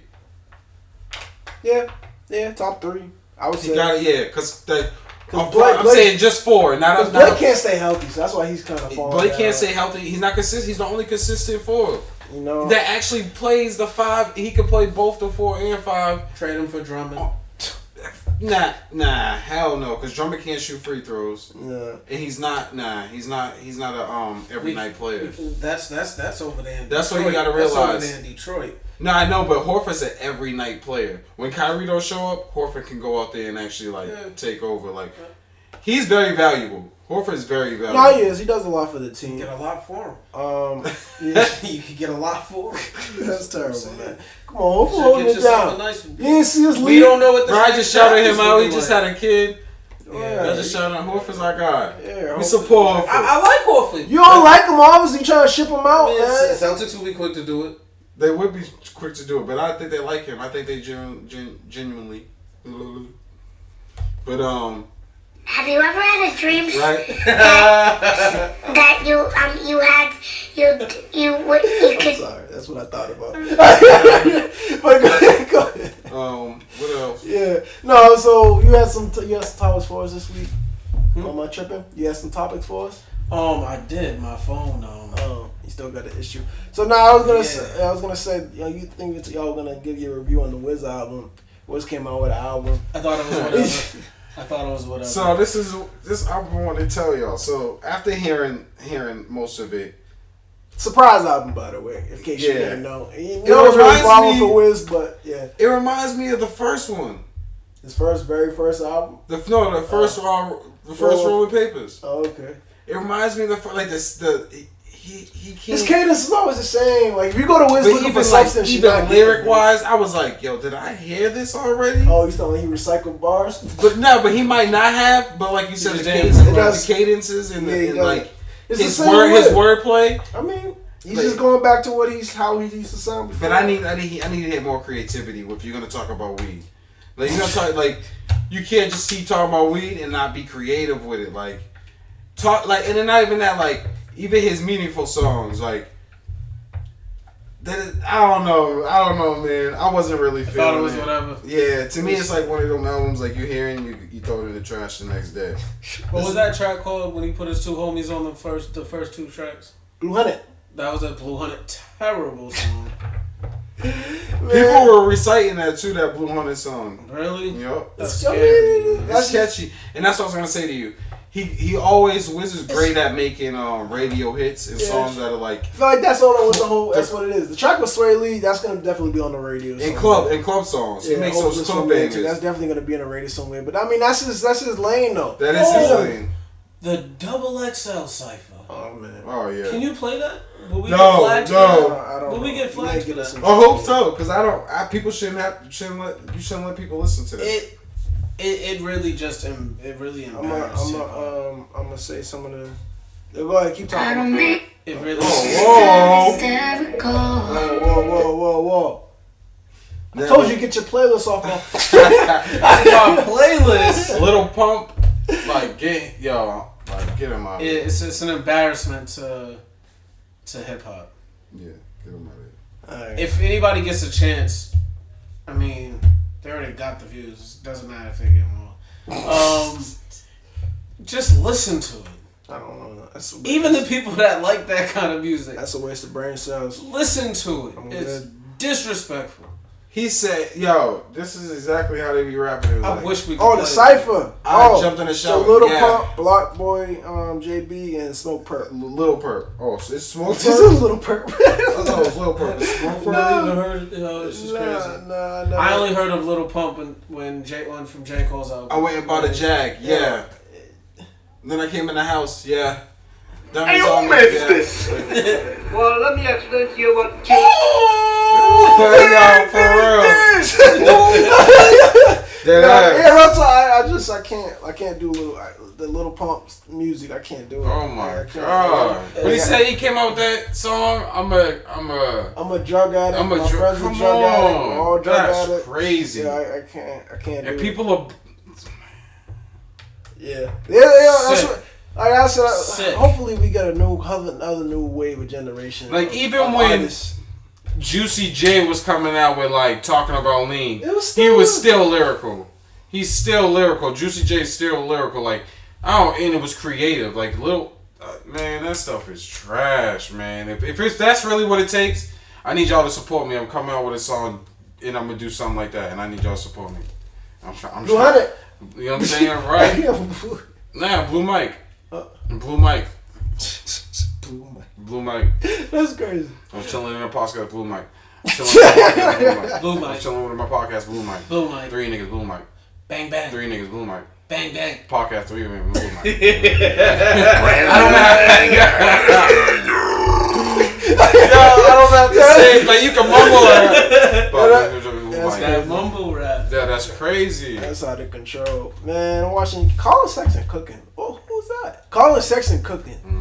Speaker 2: yeah, yeah, top three. I would
Speaker 4: You
Speaker 2: say.
Speaker 4: got to yeah, because that.
Speaker 2: Cause
Speaker 4: I'm,
Speaker 2: Blake-
Speaker 4: I'm
Speaker 2: Blake-
Speaker 4: saying just four, not
Speaker 2: Because
Speaker 4: a, not
Speaker 2: Blake
Speaker 4: a
Speaker 2: can't stay healthy, so that's why he's kind of falling.
Speaker 4: Blake
Speaker 2: down,
Speaker 4: can't stay healthy. He's not consistent. He's the only consistent four
Speaker 2: You know.
Speaker 4: that actually plays the five. He can play both the four and five.
Speaker 3: trade him for Drummond.
Speaker 4: Nah, nah, hell no. Because Drummond can't shoot free throws,
Speaker 2: yeah.
Speaker 4: and he's not. Nah, he's not. He's not a um every
Speaker 3: We-
Speaker 4: night player.
Speaker 3: That's that's that's over there. In
Speaker 4: That's what you
Speaker 3: Detroit.
Speaker 4: gotta
Speaker 3: That's over
Speaker 4: realize.
Speaker 3: there in Detroit.
Speaker 4: Nah, I know, but Horford's an every night player. When Kyrie don't show up, Horford can go out there and actually like
Speaker 3: Yeah.
Speaker 4: take over. Like, he's very valuable. Horford's very valuable.
Speaker 2: No, he is. He does a lot for the team.
Speaker 3: Get a lot for
Speaker 2: Um, yeah,
Speaker 3: him. you could get a lot for him.
Speaker 2: that's terrible,
Speaker 3: saying.
Speaker 2: man. Come on, hopefully
Speaker 3: Should
Speaker 2: holding
Speaker 3: get
Speaker 2: it
Speaker 3: yourself a
Speaker 2: down.
Speaker 3: nice.
Speaker 2: You didn't see us
Speaker 3: We
Speaker 2: lead.
Speaker 3: don't know what this.
Speaker 4: Bro, I
Speaker 3: next
Speaker 4: just shouted
Speaker 3: draft is
Speaker 4: him out. He
Speaker 3: looking
Speaker 4: just
Speaker 3: like.
Speaker 4: had a kid.
Speaker 2: Yeah.
Speaker 4: Y'all just shouting out Horford's our guy.
Speaker 2: Yeah,
Speaker 4: we support Horford.
Speaker 3: I, I like Horford.
Speaker 2: You don't like him, obviously. You trying to ship him out,
Speaker 3: I mean,
Speaker 2: man.
Speaker 3: it's- Celtics will be quick to do it.
Speaker 4: They would be quick to do it, but I think they like him. I think they gen- gen- genuinely. But um,
Speaker 6: Have you ever had a dream
Speaker 4: right?
Speaker 6: that you um you had you you would you
Speaker 2: I'm
Speaker 6: could
Speaker 2: sorry. That's what I thought about. but go ahead, go ahead.
Speaker 4: Um, what else?
Speaker 2: Yeah. No. So you had some. T- you had some topics for us this week.
Speaker 3: Hmm?
Speaker 2: Am I tripping? You had some topics for us.
Speaker 3: Um, I did my phone. Um,
Speaker 2: Um, you still got an issue. So now I was gonna
Speaker 3: Yeah.
Speaker 2: say, I was gonna say, you, know, you think it's, y'all gonna give your review on the Wiz album? Wiz came out with an album.
Speaker 3: I thought it was whatever. I thought it was whatever.
Speaker 4: So this is this I want to tell y'all. So after hearing hearing most of it,
Speaker 2: Surprise album, by the way, in case you
Speaker 4: Yeah.
Speaker 2: didn't know. You know, I was really
Speaker 4: reminds
Speaker 2: following
Speaker 4: me-
Speaker 2: for Wiz, but yeah,
Speaker 4: it reminds me of the first one.
Speaker 2: his first, very first album.
Speaker 4: The no, the first raw, the first
Speaker 2: Oh. Well-
Speaker 4: Rolling Papers.
Speaker 2: Oh, okay.
Speaker 4: It reminds me of the fir- like this the he he
Speaker 2: His
Speaker 4: can't.
Speaker 2: cadence is always the same. Like if you go to Wiz
Speaker 4: But
Speaker 2: looking for
Speaker 4: even like
Speaker 2: substance, you
Speaker 4: even
Speaker 2: not getting it.
Speaker 4: lyric wise, I was like, yo, did I hear this already?
Speaker 2: Oh, you telling he recycled bars?
Speaker 4: But no, but he might not have. But like you said, the
Speaker 3: just
Speaker 4: cadences,
Speaker 3: didn't.
Speaker 4: like,
Speaker 2: It does.
Speaker 4: the cadences and,
Speaker 2: Yeah,
Speaker 4: the,
Speaker 2: he
Speaker 4: and
Speaker 2: does.
Speaker 4: like
Speaker 2: It's
Speaker 4: his
Speaker 2: the same
Speaker 4: word, his
Speaker 2: Wiz.
Speaker 4: wordplay.
Speaker 2: I mean, he's
Speaker 4: Like-
Speaker 2: just going back to what he's how he used to sound. Before.
Speaker 4: But I need, I need, I need to hear more creativity if you're gonna talk about weed. Like you're gonna talk like you can't just keep talking about weed and not be creative with it. Like talk like, and then not even that. Like even his meaningful songs, like. That is, I don't know. I don't know, man. I wasn't really
Speaker 3: I
Speaker 4: feeling
Speaker 3: thought it was
Speaker 4: it.
Speaker 3: whatever.
Speaker 4: Yeah, to me, it's like one of them albums like you hear and you, you throw it in the trash the next day.
Speaker 3: What was that track called when he put his two homies on the first the first two tracks?
Speaker 2: Blue Hundred.
Speaker 3: That was a Blue Hunter terrible song.
Speaker 4: People were reciting that too, that Blue Hunter song.
Speaker 3: Really?
Speaker 4: Yup.
Speaker 3: That's
Speaker 2: I mean,
Speaker 3: scary.
Speaker 4: That's
Speaker 2: that's just
Speaker 4: catchy. And that's what I was gonna say to you. He he always Wiz is great at making um, radio hits and
Speaker 2: Yeah.
Speaker 4: songs that are like
Speaker 2: I feel like that's all that was the whole. That's what it is. The track with Sway Lee, that's gonna definitely be on the radio.
Speaker 4: in
Speaker 2: somewhere.
Speaker 4: club in club songs. he makes
Speaker 2: Hopeless
Speaker 4: those club
Speaker 2: Romantic, That's
Speaker 4: bangers.
Speaker 2: definitely gonna be in the radio somewhere. But I mean, that's his that's his lane though.
Speaker 4: That is his
Speaker 3: Oh.
Speaker 4: lane.
Speaker 3: The double XL cipher.
Speaker 2: Oh man.
Speaker 4: Oh yeah.
Speaker 3: Can you play that? Will we
Speaker 4: No,
Speaker 3: get flagged for
Speaker 4: no.
Speaker 3: that?
Speaker 2: I don't.
Speaker 3: Will we
Speaker 2: know.
Speaker 3: get
Speaker 2: You
Speaker 3: flagged
Speaker 2: might
Speaker 3: for
Speaker 2: us
Speaker 3: that?
Speaker 2: in
Speaker 4: I
Speaker 2: trouble.
Speaker 4: hope so, because I don't. I, people shouldn't have shouldn't let you shouldn't let people listen to that.
Speaker 3: It, it it really just em- it really
Speaker 2: I'm gonna
Speaker 3: embarrassed
Speaker 2: I'm
Speaker 3: hip hop.
Speaker 2: gonna um I'm gonna say some of the. Yeah, Go ahead, keep
Speaker 7: I
Speaker 2: talking.
Speaker 7: don't make
Speaker 3: It really.
Speaker 4: oh, whoa.
Speaker 7: hysterical.
Speaker 2: Whoa, whoa, whoa, whoa, whoa! I
Speaker 4: That
Speaker 2: told
Speaker 4: was-
Speaker 2: you get your playlist off. My
Speaker 3: my playlist.
Speaker 4: Little Pump, like get yo, like get him out. of here.
Speaker 3: It's it's an embarrassment to to hip hop.
Speaker 4: Yeah, get him out. of here.
Speaker 2: Alright.
Speaker 3: If anybody gets a chance, I mean, they already got the views. Doesn't matter if they get more. Um, just listen to it.
Speaker 2: I don't know. That's a,
Speaker 3: Even the people that like that kind of music,
Speaker 2: that's a waste of brain cells.
Speaker 3: listen to it.
Speaker 2: I'm
Speaker 3: It's disrespectful.
Speaker 4: He said, "Yo, this is exactly how they be rapping." It was
Speaker 3: I
Speaker 4: like,
Speaker 3: wish we. could
Speaker 2: Oh, the
Speaker 3: play it.
Speaker 2: cipher.
Speaker 4: I
Speaker 2: oh,
Speaker 4: jumped in the
Speaker 2: So
Speaker 4: shower.
Speaker 2: little
Speaker 4: yeah.
Speaker 2: pump, block boy, um, JB, and smoke perp.
Speaker 4: L- Little Perp. Oh, so it's Smoke
Speaker 2: This is
Speaker 4: Perp?
Speaker 2: little perp.
Speaker 4: I thought it was Little Perp. It's Smoke Perp?
Speaker 3: I've never heard- you know, this is
Speaker 2: Nah,
Speaker 3: crazy.
Speaker 2: nah, nah.
Speaker 3: I only heard of Little Pump when, when J one from J Cole's album.
Speaker 4: I went and bought a Jag, yeah. Then I came in the house, yeah. Then I saw me, yeah.
Speaker 1: Well, let me explain to you what
Speaker 4: Yo, for real.
Speaker 2: Yeah,
Speaker 4: Dead
Speaker 2: yeah,
Speaker 4: ass.
Speaker 2: that's why I, I just I can't I can't do little I, the little pumps music. I can't do it.
Speaker 5: Oh
Speaker 2: I
Speaker 5: my
Speaker 2: can't.
Speaker 5: god!
Speaker 2: Yeah.
Speaker 5: When he said he came out with that song, I'm a, I'm a,
Speaker 2: I'm a drug addict.
Speaker 5: I'm a
Speaker 2: my
Speaker 5: drug.
Speaker 2: friends are
Speaker 5: Come
Speaker 2: drug addict. We're all
Speaker 5: on,
Speaker 2: drug
Speaker 5: that's
Speaker 2: addicts.
Speaker 5: crazy.
Speaker 2: Yeah, I, I can't I can't
Speaker 5: And
Speaker 2: do it.
Speaker 5: people are
Speaker 2: Yeah, yeah, yeah. That's
Speaker 3: Sick.
Speaker 2: what, like I said, I-
Speaker 3: Sick.
Speaker 2: hopefully we get a new other, another new wave of generation.
Speaker 5: Like,
Speaker 2: of-
Speaker 5: even
Speaker 2: of
Speaker 5: when-
Speaker 2: artists.
Speaker 5: Juicy J was coming out with like talking about lean.
Speaker 2: It was
Speaker 5: he
Speaker 2: still-
Speaker 5: was still lyrical. He's still lyrical. Juicy J is still lyrical. Like I don't, and it was creative. Like little uh, man, that stuff is trash, man. If if it's, that's really what it takes, I need y'all to support me. I'm coming out with a song, and I'm gonna do something like that, and I need y'all to support me. I'm trying. I'm
Speaker 2: Blue
Speaker 5: trying.
Speaker 2: Hundred.
Speaker 5: You know what I'm saying, right? Nah, Blue Mike,
Speaker 2: Uh.
Speaker 5: Blue Mike, Blue Mike.
Speaker 2: That's crazy.
Speaker 5: I was chilling in the podcast, Blue Mike. Chilling in the podcast, Blue Mike.
Speaker 3: Blue
Speaker 5: I
Speaker 3: Mike,
Speaker 5: was chilling with my podcast, Blue Mike.
Speaker 3: Blue Mike,
Speaker 5: Three niggas, Blue Mike.
Speaker 3: bang bang,
Speaker 5: Three niggas, Blue Mike.
Speaker 3: bang bang.
Speaker 5: Podcast, three niggas, Blue Mike. I don't have to. Yo, I don't have to say. Like you can mumble. Her. Podcast,
Speaker 2: That's
Speaker 5: Blue Mike.
Speaker 3: That mumble rap.
Speaker 5: That
Speaker 4: Yeah, that's crazy.
Speaker 2: That's out of control. Man, I'm watching Colin Sexton cooking. Oh, who's that? Colin Sexton cooking.
Speaker 4: hmm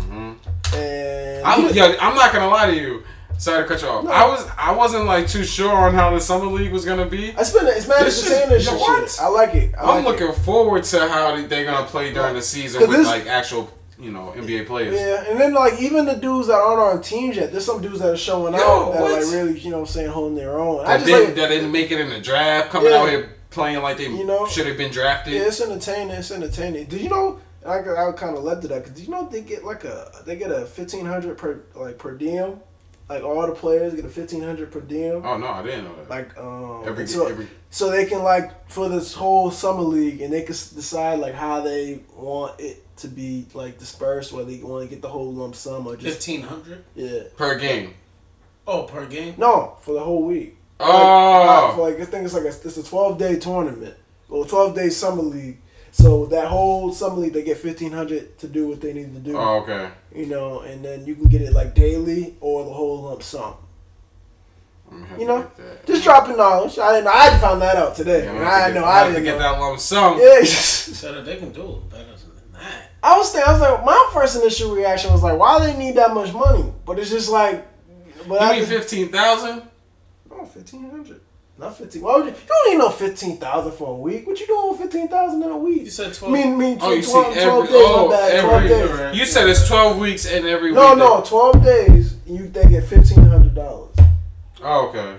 Speaker 5: Mm-hmm.
Speaker 2: And
Speaker 4: I'm yo, I'm not gonna lie to you. Sorry to cut you off. I was I wasn't like too sure on how the summer league was gonna be.
Speaker 2: I spend it. It's mad
Speaker 4: This
Speaker 2: as
Speaker 4: is-
Speaker 2: Sanders
Speaker 4: yo,
Speaker 2: shit.
Speaker 4: what?
Speaker 2: I like it. I like
Speaker 4: I'm looking forward to how they- they're gonna play during the season
Speaker 2: 'Cause
Speaker 4: with
Speaker 2: this-
Speaker 4: like actual you know NBA
Speaker 2: It.
Speaker 4: players.
Speaker 2: Yeah, and then like even the dudes that aren't on teams yet, there's some dudes that are showing
Speaker 4: Yo,
Speaker 2: out that are
Speaker 4: what?
Speaker 2: like really, you know, what I'm saying holding their own. I
Speaker 4: That
Speaker 2: just
Speaker 4: didn't
Speaker 2: like,
Speaker 4: that didn't make it in the draft. Coming
Speaker 2: Yeah.
Speaker 4: out here playing like they
Speaker 2: You know?
Speaker 4: should have been drafted.
Speaker 2: yeah, it's entertaining. It's entertaining. Do you know? I, I kind of led to that because do you know they get like a they get a fifteen hundred per like per diem, like all the players get a fifteen hundred per diem.
Speaker 4: Oh no, I didn't know that.
Speaker 2: Like um,
Speaker 4: every
Speaker 2: so,
Speaker 4: every
Speaker 2: so they can like for this whole summer league and they can s- decide like how they want it to be like dispersed, whether they want to get the whole lump sum or just
Speaker 3: Fifteen hundred.
Speaker 2: yeah.
Speaker 4: per game.
Speaker 3: Oh, per game.
Speaker 2: No, for the whole week. Like,
Speaker 4: Oh,
Speaker 2: for like I think it's like a, it's a twelve day tournament or twelve day summer league. So that whole summer league, they get fifteen hundred to do what they need to do,
Speaker 4: oh okay.
Speaker 2: you know, and then you can get it like daily or the whole lump sum.
Speaker 4: I'm gonna have
Speaker 2: You
Speaker 4: to
Speaker 2: know,
Speaker 4: get that.
Speaker 2: just dropping knowledge. I didn't. I found that out today.
Speaker 4: Yeah, I'm
Speaker 2: and
Speaker 4: gonna have
Speaker 2: I
Speaker 4: to
Speaker 2: know.
Speaker 4: get-
Speaker 2: I
Speaker 4: I'm gonna have
Speaker 2: didn't.
Speaker 4: to get
Speaker 2: know.
Speaker 4: that lump sum.
Speaker 2: Yeah.
Speaker 3: Said they can do it better than that.
Speaker 2: I was thinking, I was like, my first initial reaction was like, why they need that much money? But it's just like, but
Speaker 4: You
Speaker 2: I
Speaker 4: mean
Speaker 2: just,
Speaker 4: fifteen thousand?
Speaker 2: no, Oh, fifteen hundred, not fifteen. Why would you? You don't need no fifteen thousand for a week. What you doing with fifteen thousand in a week?
Speaker 3: You said twelve.
Speaker 2: I mean, mean
Speaker 4: Oh, you
Speaker 2: 12,
Speaker 4: see
Speaker 2: 12
Speaker 4: every
Speaker 2: days.
Speaker 4: oh
Speaker 2: my bad, twelve
Speaker 4: every.
Speaker 2: days.
Speaker 4: You said it's twelve weeks and every
Speaker 2: No,
Speaker 4: week.
Speaker 2: no, twelve days. You they get fifteen hundred dollars.
Speaker 4: Oh, okay.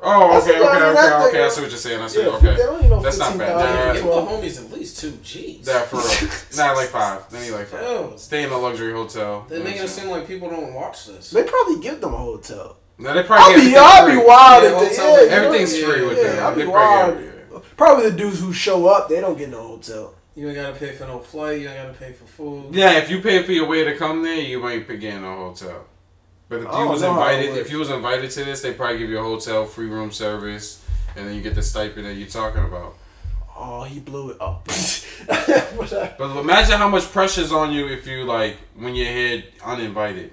Speaker 4: Oh,
Speaker 2: That's
Speaker 4: okay,
Speaker 2: what I
Speaker 4: okay,
Speaker 2: mean,
Speaker 4: okay,
Speaker 2: that's
Speaker 4: okay,
Speaker 2: the-
Speaker 4: I see what you're saying. I see.
Speaker 2: Yeah,
Speaker 4: okay.
Speaker 2: they don't need no
Speaker 4: That's not
Speaker 2: fifteen
Speaker 4: bad.
Speaker 2: thousand
Speaker 4: Nah,
Speaker 2: for
Speaker 3: Give my
Speaker 2: twelve.
Speaker 3: homies at least two G's.
Speaker 4: That for real. Not like five. They need like five.
Speaker 3: Oh.
Speaker 4: Stay in a luxury hotel.
Speaker 3: They're making it seem like people don't watch this.
Speaker 2: They probably give them a hotel.
Speaker 4: No, they
Speaker 2: I'll
Speaker 4: probably
Speaker 2: be,
Speaker 4: get
Speaker 2: I'll
Speaker 4: everything
Speaker 2: be
Speaker 4: free.
Speaker 2: wild
Speaker 3: Yeah,
Speaker 2: if they.
Speaker 3: hotel,
Speaker 2: Yeah, you know?
Speaker 4: Everything's free with
Speaker 2: yeah,
Speaker 4: them.
Speaker 2: I'll be
Speaker 4: They probably
Speaker 2: wild.
Speaker 4: get everything.
Speaker 2: Probably the dudes who show up, they don't get no hotel.
Speaker 3: You ain't gotta pay for no flight. You ain't gotta pay for food.
Speaker 4: Yeah, if you pay for your way to come there, you ain't be getting a hotel. But if
Speaker 2: Oh, I
Speaker 4: you
Speaker 2: don't
Speaker 4: was
Speaker 2: know how it
Speaker 4: invited,
Speaker 2: works.
Speaker 4: if you was invited to this, they probably give you a hotel, free room service, and then you get the stipend that you're talking about.
Speaker 2: Oh, he blew it up.
Speaker 4: But imagine how much pressure's on you if you like when you're here uninvited.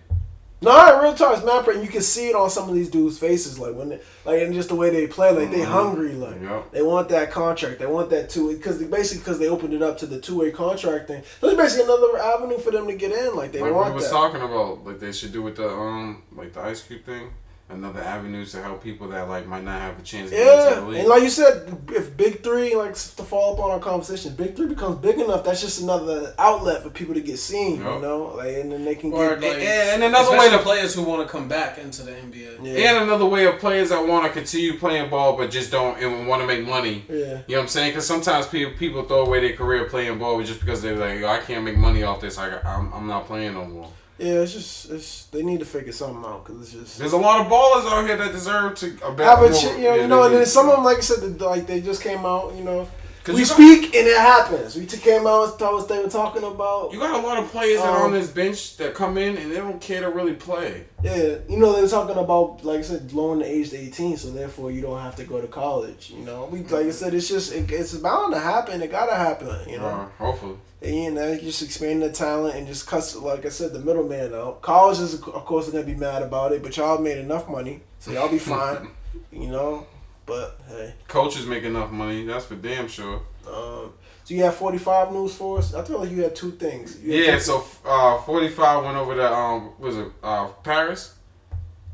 Speaker 2: no, in real talk, it's mad pretty. You can see it on some of these dudes' faces, like when, they, like and just the way they play, like they hungry, like
Speaker 4: Yep.
Speaker 2: they want that contract, they want that two, because basically because they opened it up to the two way contract thing. So it's basically another avenue for them to get in, like they
Speaker 4: like we
Speaker 2: want
Speaker 4: was
Speaker 2: that.
Speaker 4: talking about, like they should do with the um, like the ice cube thing, another avenue to help people that like might not have a chance. To get into
Speaker 2: yeah,
Speaker 4: the
Speaker 2: and
Speaker 4: league.
Speaker 2: like you said, if Big Three, like to follow up on our conversation, Big Three becomes big enough, that's just another outlet for people to get seen, you
Speaker 4: Yep.
Speaker 2: know, like and then they can
Speaker 3: Or
Speaker 2: get.
Speaker 3: like,
Speaker 4: Yeah, and another way
Speaker 3: especially
Speaker 4: to
Speaker 3: players who want to come back into the NBA.
Speaker 2: yeah,
Speaker 4: And another way of players that want to continue playing ball but just don't and want to make money.
Speaker 2: yeah.
Speaker 4: You know what I'm saying? Because sometimes people people throw away their career playing ball just because they're like, "Yo, I can't make money off this. I got, I'm, I'm not playing no more.
Speaker 2: Yeah, it's just it's they need to figure something out because it's just
Speaker 4: There's a lot of ballers out here that deserve to a better.
Speaker 2: have a ch-
Speaker 4: more-
Speaker 2: you know,
Speaker 4: yeah,
Speaker 2: you know
Speaker 4: they
Speaker 2: and then
Speaker 4: need-
Speaker 2: some of them like I said the- like they just came out you know
Speaker 4: 'Cause
Speaker 2: we
Speaker 4: you got-
Speaker 2: speak and it happens we t- came out and told us they were talking about
Speaker 4: You got a lot of players that are
Speaker 2: Um,
Speaker 4: on this bench that come in and they don't care to really play.
Speaker 2: yeah you know they were talking about like I said lowering the age to eighteen so therefore you don't have to go to college you know we like I said it's just it, it's bound to happen it gotta happen you know.
Speaker 4: Uh, hopefully,
Speaker 2: And you know, just expand the talent and just cuss, like I said, the middleman out. Colleges, of course, are gonna be mad about it, but y'all made enough money, so y'all be fine, you know. But hey,
Speaker 4: coaches make enough money. That's for damn sure.
Speaker 2: um, so you have forty five news for us. I feel like you had two things. You had
Speaker 4: Yeah. So uh, 45 went over to um, was it uh, Paris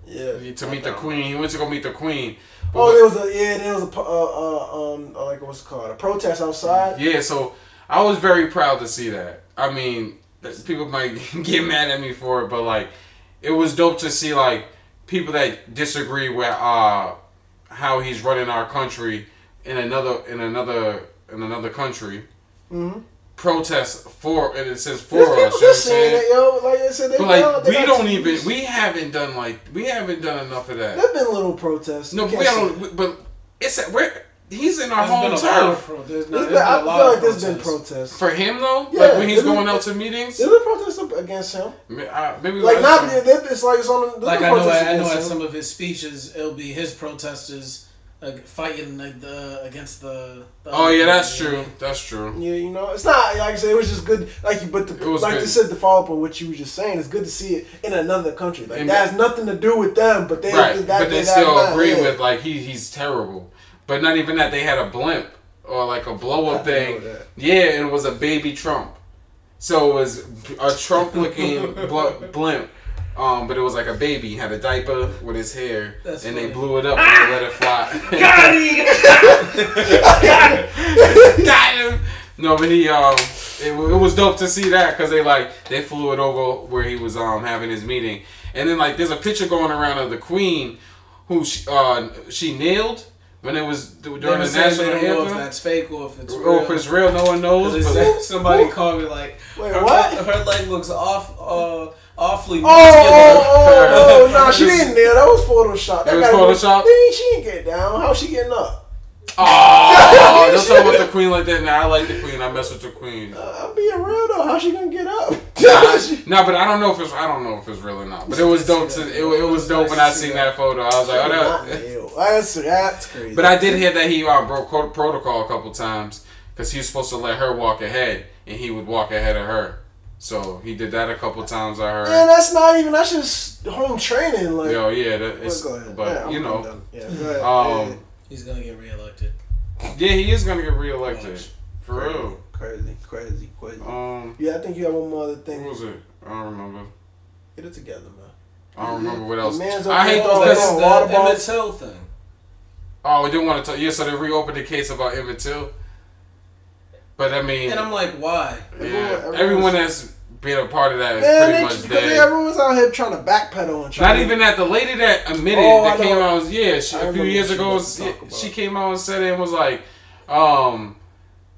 Speaker 2: two- yeah.
Speaker 4: to meet the queen. He went to go meet the queen. But
Speaker 2: Oh, there was a yeah, there was a pu- uh, uh, um uh, like what's it called a protest outside.
Speaker 4: Yeah, so I was very proud to see that. I mean, that- people might get mad at me for it, but like, it was dope to see like people that disagree with uh how he's running our country in another in another in another country
Speaker 2: Mm-hmm.
Speaker 4: protest for and it says for
Speaker 2: There's people
Speaker 4: us. you know what I'm
Speaker 2: just saying
Speaker 4: saying?
Speaker 2: that, yo. Like I said, they
Speaker 4: But
Speaker 2: down,
Speaker 4: like,
Speaker 2: they
Speaker 4: we
Speaker 2: got
Speaker 4: don't
Speaker 2: two-
Speaker 4: even we haven't done like we haven't done enough of that.
Speaker 2: There've been little protests.
Speaker 4: No,
Speaker 2: You
Speaker 4: but we
Speaker 2: can't say-
Speaker 4: don't. we- But it's a, we're he's in our
Speaker 3: There's been
Speaker 4: home
Speaker 3: a lot
Speaker 4: turf.
Speaker 3: of pro- there's
Speaker 2: There's
Speaker 3: not- there's
Speaker 2: been-
Speaker 3: been
Speaker 2: I
Speaker 3: a
Speaker 2: feel
Speaker 3: lot
Speaker 2: like
Speaker 3: of
Speaker 2: there's been
Speaker 3: protests.
Speaker 2: protests.
Speaker 4: For him though,
Speaker 2: Yeah,
Speaker 4: like when he's
Speaker 2: isn't-
Speaker 4: going out to meetings,
Speaker 2: There's been protests up against him.
Speaker 4: Ma- uh, Maybe
Speaker 2: Like
Speaker 4: last
Speaker 2: not
Speaker 4: time.
Speaker 2: they- they- it's like it's on. the-
Speaker 3: Like
Speaker 2: the
Speaker 3: I know,
Speaker 2: protest
Speaker 3: I know
Speaker 2: against
Speaker 3: at
Speaker 2: him.
Speaker 3: some of his speeches, it'll be his protesters uh, fighting like the against the. the
Speaker 4: Oh yeah, that's
Speaker 3: Yeah.
Speaker 4: true. That's true.
Speaker 2: Yeah, you know, it's not like I said. It was just good. Like, you- but the,
Speaker 4: It was
Speaker 2: like
Speaker 4: good.
Speaker 2: you said, to follow up on what you were just saying, it's good to see it in another country. Like
Speaker 4: And-
Speaker 2: that has nothing to do with them, but they
Speaker 4: Right,
Speaker 2: that,
Speaker 4: but they
Speaker 2: that-
Speaker 4: still
Speaker 2: that-
Speaker 4: agree
Speaker 2: yeah.
Speaker 4: with like he he's terrible. But not even that. They had a blimp or like a blow up
Speaker 2: I didn't
Speaker 4: thing.
Speaker 2: know that.
Speaker 4: Yeah, and it was a baby Trump. So it was a Trump looking bl- blimp. Um, but it was like a baby. He had a diaper with his hair,
Speaker 3: That's
Speaker 4: and
Speaker 3: funny.
Speaker 4: they blew it up and they let it fly.
Speaker 1: Got it.
Speaker 4: got him. No, but he um, it, wa- it was dope to see that because they like they flew it over where he was um having his meeting, and then like there's a picture going around of the queen, who she, uh she kneeled when it was d-
Speaker 3: They
Speaker 4: during
Speaker 3: were
Speaker 4: the
Speaker 3: saying they
Speaker 4: national
Speaker 3: don't know if
Speaker 4: anthem.
Speaker 3: that's fake or if it's real.
Speaker 4: Or if it's real, no one
Speaker 3: 'Cause they
Speaker 4: knows.
Speaker 3: said-
Speaker 4: But,
Speaker 3: somebody called me like,
Speaker 2: Wait,
Speaker 3: her,
Speaker 2: what?
Speaker 3: her leg looks off, uh, awfully.
Speaker 2: Oh, oh,
Speaker 3: muscular.
Speaker 2: oh, oh, no, she didn't kneel. That was Photoshop. That
Speaker 4: It was
Speaker 2: gotta be-
Speaker 4: Photoshop?
Speaker 2: Dang, she didn't get down. How's she getting up?
Speaker 4: oh, don't talk about the queen like that. Nah, I like the queen. I mess with the queen.
Speaker 3: Oh,
Speaker 2: Uh, I'm being real though. How's she gonna get up? She-
Speaker 4: No, but I don't know if it's I don't know if it's real or not. But it was dope to it, wa- it was dope when I seen that photo. I was like, oh,
Speaker 2: Not
Speaker 4: that,
Speaker 2: kneel. That's that's crazy.
Speaker 4: But I did hear that he uh, broke co- protocol a couple times because he was supposed to let her walk ahead, and he would walk ahead of her. So he did that a couple times. I
Speaker 2: Man,
Speaker 4: heard.
Speaker 2: that's not even. That's just home training. Like,
Speaker 4: Yo, yeah, that,
Speaker 2: Well,
Speaker 4: it's,
Speaker 2: go ahead. Yeah,
Speaker 4: but
Speaker 2: I'm-
Speaker 4: you
Speaker 2: I'm
Speaker 4: know,
Speaker 2: done. Yeah, go ahead.
Speaker 4: um,
Speaker 2: Yeah,
Speaker 3: He's gonna get reelected.
Speaker 4: yeah, he is gonna get reelected for
Speaker 2: Crazy,
Speaker 4: real.
Speaker 2: Crazy, crazy, crazy.
Speaker 4: Um,
Speaker 2: yeah, I think you have one more other
Speaker 4: what
Speaker 2: thing.
Speaker 4: was it? I don't remember.
Speaker 2: Get it together, man.
Speaker 4: I don't remember what
Speaker 2: man's
Speaker 4: else.
Speaker 2: over
Speaker 4: I hate
Speaker 2: there
Speaker 4: those.
Speaker 2: throwing
Speaker 3: That's
Speaker 4: Cause,
Speaker 2: down.
Speaker 3: the
Speaker 2: Oh, water bottles.
Speaker 3: Emmett Till thing.
Speaker 4: oh, we didn't want to talk. Yeah, so they reopened the case about Emmett Till. But I mean,
Speaker 3: And I'm like, why?
Speaker 4: yeah,
Speaker 2: everyone-
Speaker 4: everyone,
Speaker 2: everyone's-
Speaker 4: that's been a part of that is
Speaker 2: Man,
Speaker 4: pretty
Speaker 2: they-
Speaker 4: much
Speaker 2: 'cause
Speaker 4: dead.
Speaker 2: they- everyone's out here trying to backpedal and trying
Speaker 4: Not even that. The lady that admitted
Speaker 2: Oh, I
Speaker 4: that came
Speaker 2: know.
Speaker 4: out, was- yeah, she,
Speaker 2: I
Speaker 4: a few
Speaker 2: remember
Speaker 4: years
Speaker 2: what you
Speaker 4: ago,
Speaker 2: was
Speaker 4: she,
Speaker 2: talking
Speaker 4: she
Speaker 2: about.
Speaker 4: came out and said it and was like, um,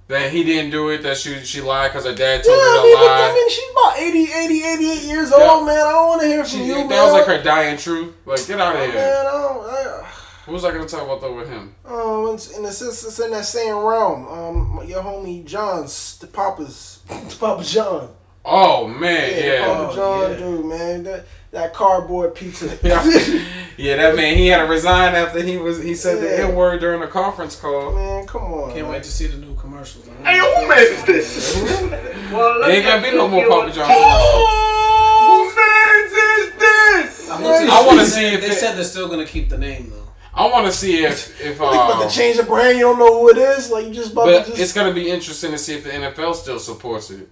Speaker 4: that he didn't do it, that she she lied because her dad
Speaker 2: Yeah,
Speaker 4: told her
Speaker 2: I
Speaker 4: to
Speaker 2: mean, but,
Speaker 4: lie.
Speaker 2: I mean, she's about 80, 80, 88 years
Speaker 4: Yeah.
Speaker 2: old, man. I don't want to hear from
Speaker 4: She-
Speaker 2: you,
Speaker 4: that
Speaker 2: man.
Speaker 4: was like her dying truth. Like, get out of here.
Speaker 2: Man, I don't. I,
Speaker 4: What was I gonna talk about though with him?
Speaker 2: um, it's, and it's, just- it's in that same realm. Um, your homie John's, the Papa's, Papa John.
Speaker 4: Oh man, yeah,
Speaker 2: Papa
Speaker 3: Oh,
Speaker 2: John,
Speaker 3: yeah.
Speaker 2: dude, man. That, that cardboard pizza. oh.
Speaker 4: yeah. That man, he had to resign after he was he said
Speaker 2: Yeah.
Speaker 4: the n word during a conference call.
Speaker 2: Man, come on.
Speaker 3: Can't
Speaker 2: man.
Speaker 3: wait to see the new commercials. I'm
Speaker 1: Hey, who made this? well,
Speaker 4: There ain't gonna be no more Papa John.
Speaker 1: Who fans is this?
Speaker 3: I'm looking-
Speaker 4: I wanna
Speaker 3: they
Speaker 4: see
Speaker 3: said-
Speaker 4: if
Speaker 3: they
Speaker 4: it-
Speaker 3: said they're still gonna keep the name though.
Speaker 4: I want to see if if uh,
Speaker 2: Think about to change the brand. You don't know who it is. Like you just about
Speaker 4: but
Speaker 2: to just.
Speaker 4: it's gonna be interesting to see if the NFL still supports it.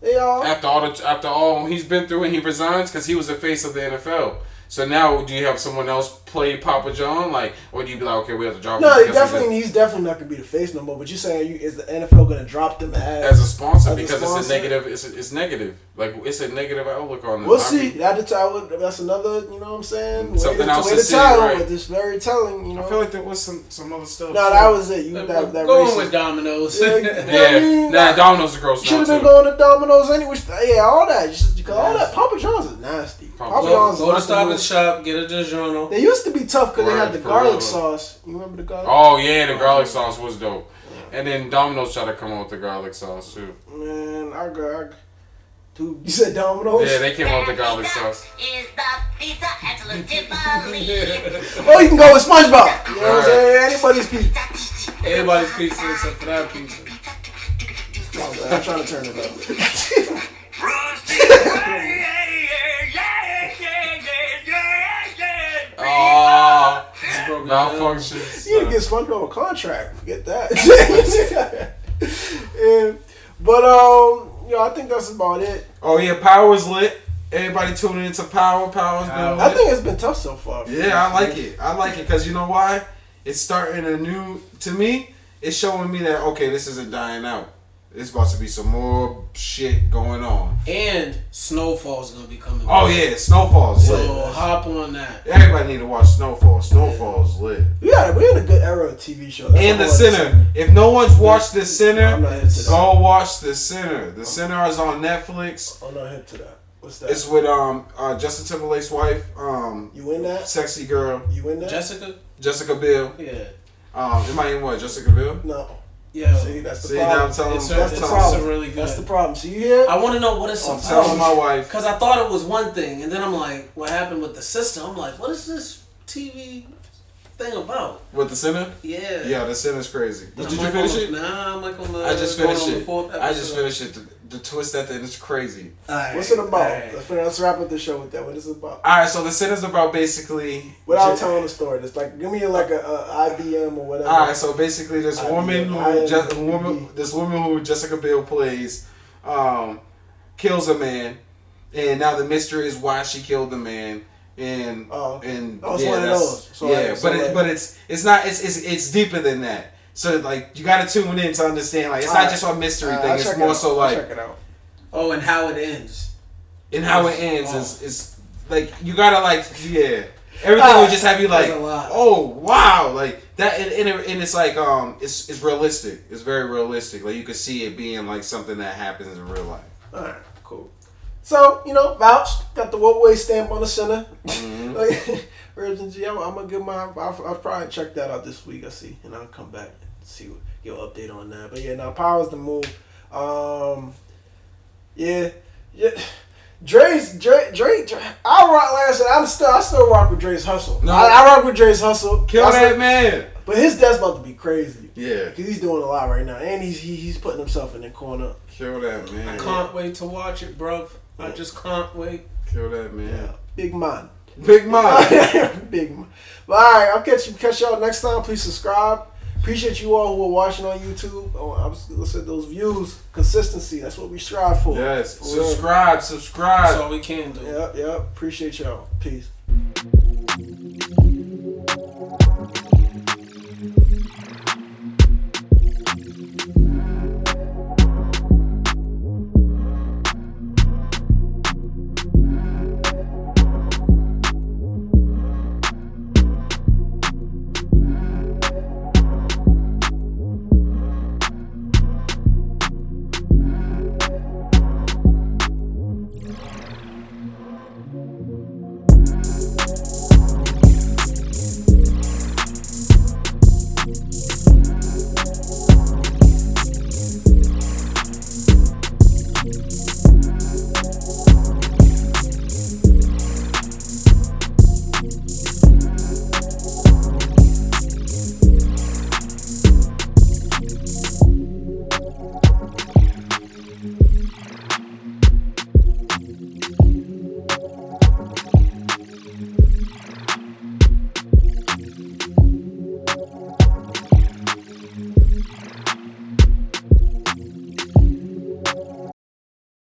Speaker 2: they all.
Speaker 4: after all the, after all he's been through and he resigns because he was the face of the NFL. So now do you have someone else play Papa John like, or do you be like, okay, we have to drop?
Speaker 2: No,
Speaker 4: him
Speaker 2: they
Speaker 4: because he's
Speaker 2: definitely. He's definitely not gonna be the face no more. But you saying you is the NFL gonna drop them
Speaker 4: a-
Speaker 2: as?
Speaker 4: as a sponsor
Speaker 2: as a
Speaker 4: because it's
Speaker 2: sponsor.
Speaker 4: a negative. It's, a, it's negative. Like it's a negative outlook on.
Speaker 2: we'll
Speaker 4: it. I
Speaker 2: see.
Speaker 4: mean,
Speaker 2: That that's another. You know what I'm saying?
Speaker 4: Mm-hmm. Something
Speaker 2: way to,
Speaker 4: else
Speaker 2: way
Speaker 4: to
Speaker 2: to
Speaker 4: see,
Speaker 2: tell,
Speaker 4: right.
Speaker 2: but it's very telling. You know.
Speaker 4: I feel like there was some some other stuff.
Speaker 2: no, that was it. You that that
Speaker 3: going
Speaker 2: racist-
Speaker 3: with Domino's.
Speaker 2: Yeah,
Speaker 4: yeah.
Speaker 2: you know what I mean?
Speaker 4: nah, Domino's a gross.
Speaker 2: Should
Speaker 4: now,
Speaker 2: have been
Speaker 4: too.
Speaker 2: going to Domino's anyway. Yeah, all that. Just, because all that Papa John's is nasty. Papa,
Speaker 4: Papa
Speaker 3: Go,
Speaker 2: John's.
Speaker 3: go
Speaker 2: is
Speaker 3: to
Speaker 2: not
Speaker 3: Stop
Speaker 2: the
Speaker 3: and
Speaker 2: most-
Speaker 3: Shop, get a DiGiorno.
Speaker 2: They used to be tough because they had
Speaker 4: Right,
Speaker 2: the
Speaker 4: for
Speaker 2: garlic
Speaker 4: real.
Speaker 2: sauce. You remember the garlic?
Speaker 4: Oh yeah, the garlic sauce was dope. And then Domino's tried to come up with the garlic sauce too.
Speaker 2: Man, I got. I, dude, you said Domino's?
Speaker 4: Yeah, they came up with the garlic sauce.
Speaker 8: Is the pizza excellent Tivoli?
Speaker 2: Oh, you can go with SpongeBob. You know what I'm
Speaker 4: Alright.
Speaker 2: saying? Anybody's pizza.
Speaker 3: Everybody's pizza except for that pizza.
Speaker 2: I'm trying to turn it up.
Speaker 4: Oh,
Speaker 3: It's broken down.
Speaker 4: malfunctions.
Speaker 2: You need to get SpongeBob a contract. Forget that. yeah. But um, yo, I think that's about it.
Speaker 9: Oh yeah, power's lit. Everybody tuning into power. Power's been
Speaker 3: Power.
Speaker 9: lit.
Speaker 2: I think it's been tough so far.
Speaker 9: Yeah, I like it. I like it because you know why? It's starting a new. To me, it's showing me that okay, this isn't dying out. It's about to be some more shit going on.
Speaker 3: And Snowfall's gonna be coming.
Speaker 9: Oh
Speaker 3: back.
Speaker 9: yeah, Snowfall's
Speaker 3: So
Speaker 9: lit.
Speaker 3: hop on that.
Speaker 9: Everybody need to watch Snowfall. Snowfall's lit.
Speaker 2: We got we're in a good era of TV show. That's
Speaker 9: And the
Speaker 2: what I wanted to
Speaker 9: Sinner. If no one's watched the
Speaker 2: I'm not
Speaker 9: Sinner,
Speaker 2: into that.
Speaker 9: go watch the Sinner. The Sinner is on Netflix.
Speaker 2: say. I'm not hip Oh, to that. What's that?
Speaker 9: It's with um uh, Justin Timberlake's wife, um,
Speaker 2: you in that?
Speaker 9: sexy girl
Speaker 2: You in that?
Speaker 3: Jessica?
Speaker 9: Jessica Biel.
Speaker 3: Yeah.
Speaker 9: Um, am I in what Jessica Biel?
Speaker 2: no.
Speaker 3: Yeah.
Speaker 2: See, that's the
Speaker 9: See now I'm
Speaker 2: problem.
Speaker 9: telling
Speaker 3: It's, a,
Speaker 2: That's
Speaker 3: it's,
Speaker 2: the
Speaker 3: a-
Speaker 2: problem.
Speaker 3: it's a really good.
Speaker 2: That's the problem. See you here?
Speaker 3: I want to know what it's
Speaker 9: I'm telling my
Speaker 3: about.
Speaker 9: wife.
Speaker 3: Because I thought it was one thing, and then I'm like, what happened with the system? I'm like, what is this TV thing about.
Speaker 4: With the sinner?
Speaker 3: Yeah.
Speaker 4: Yeah, the sinner's crazy. But
Speaker 3: I'm
Speaker 4: did you
Speaker 3: like
Speaker 4: finish
Speaker 3: on-
Speaker 4: it?
Speaker 3: Nah, I'm like on the.
Speaker 4: I just
Speaker 3: going on
Speaker 4: finished
Speaker 3: the
Speaker 4: it.
Speaker 3: fourth
Speaker 4: I just
Speaker 3: episode.
Speaker 4: finished it. The, the twist at the end is crazy.
Speaker 3: Alright,
Speaker 2: What's it about?
Speaker 3: alright.
Speaker 2: Let's, finish- let's wrap up the show with that. What is it about?
Speaker 4: All right, so the sinner's about basically
Speaker 2: Without
Speaker 4: Ju-
Speaker 2: telling the story, just like give me like a, a IBM or whatever.
Speaker 4: All right, so basically, this
Speaker 2: I-
Speaker 4: woman
Speaker 2: I-
Speaker 4: who just woman this woman who Jessica Biel plays, um, kills a man, and now the mystery is why she killed the man. And
Speaker 2: Oh, okay.
Speaker 4: and
Speaker 2: Oh, it's one of
Speaker 4: that's-
Speaker 2: those. So,
Speaker 4: yeah,
Speaker 2: like, so,
Speaker 4: but it,
Speaker 2: like-
Speaker 4: but it's it's not it's, it's it's deeper than that. So like you gotta tune in to understand. Like it's not
Speaker 2: Alright.
Speaker 4: just a mystery
Speaker 2: Alright,
Speaker 4: thing.
Speaker 2: Uh, I'll check
Speaker 4: It's
Speaker 2: it
Speaker 4: more
Speaker 2: out.
Speaker 4: so
Speaker 2: I'll
Speaker 4: like
Speaker 2: check it out.
Speaker 3: Oh, and how it ends.
Speaker 4: and how it ends is is like you gotta like yeah. Everything
Speaker 2: Ah,
Speaker 4: will just have you like,
Speaker 3: Oh, a lot.
Speaker 4: oh wow, like that, and, and, it- and it's like um, it's it's realistic. It's very realistic. Like you can see it being like something that happens in real life.
Speaker 2: All right, cool. So you know, vouched got the one way stamp on the center.
Speaker 4: Mm-hmm.
Speaker 2: like, Virgin G, I'm, I'm gonna give my. I'll, I'll probably check that out this week. I see, and I'll come back and see what give an update on that. But yeah, now powers the move. Um, yeah, yeah. Dre's Dre Dre. Dre I rock like I said. I'm still I still rock with Dre's hustle.
Speaker 4: No.
Speaker 2: I, I rock with Dre's hustle.
Speaker 4: Kill
Speaker 2: I
Speaker 4: that
Speaker 2: still-
Speaker 4: man.
Speaker 2: But his death's about to be crazy.
Speaker 4: Yeah,
Speaker 2: Cause he's doing a lot right now, and he's he, he's putting himself in the corner.
Speaker 4: kill that man.
Speaker 3: Can't wait to watch it, bruv. I
Speaker 2: Yeah.
Speaker 3: just can't wait.
Speaker 4: Kill that man.
Speaker 2: Yeah, big man.
Speaker 4: Big Mike.
Speaker 2: Big. mo- But all right, I'll catch you catch y'all next time. Please subscribe. Appreciate you all who are watching on YouTube. Oh, I was let's say those views, consistency. That's what we strive for.
Speaker 4: yes.
Speaker 2: For real.
Speaker 4: Subscribe. Subscribe.
Speaker 3: That's all we can do.
Speaker 2: Yep, yep. Appreciate y'all. Peace.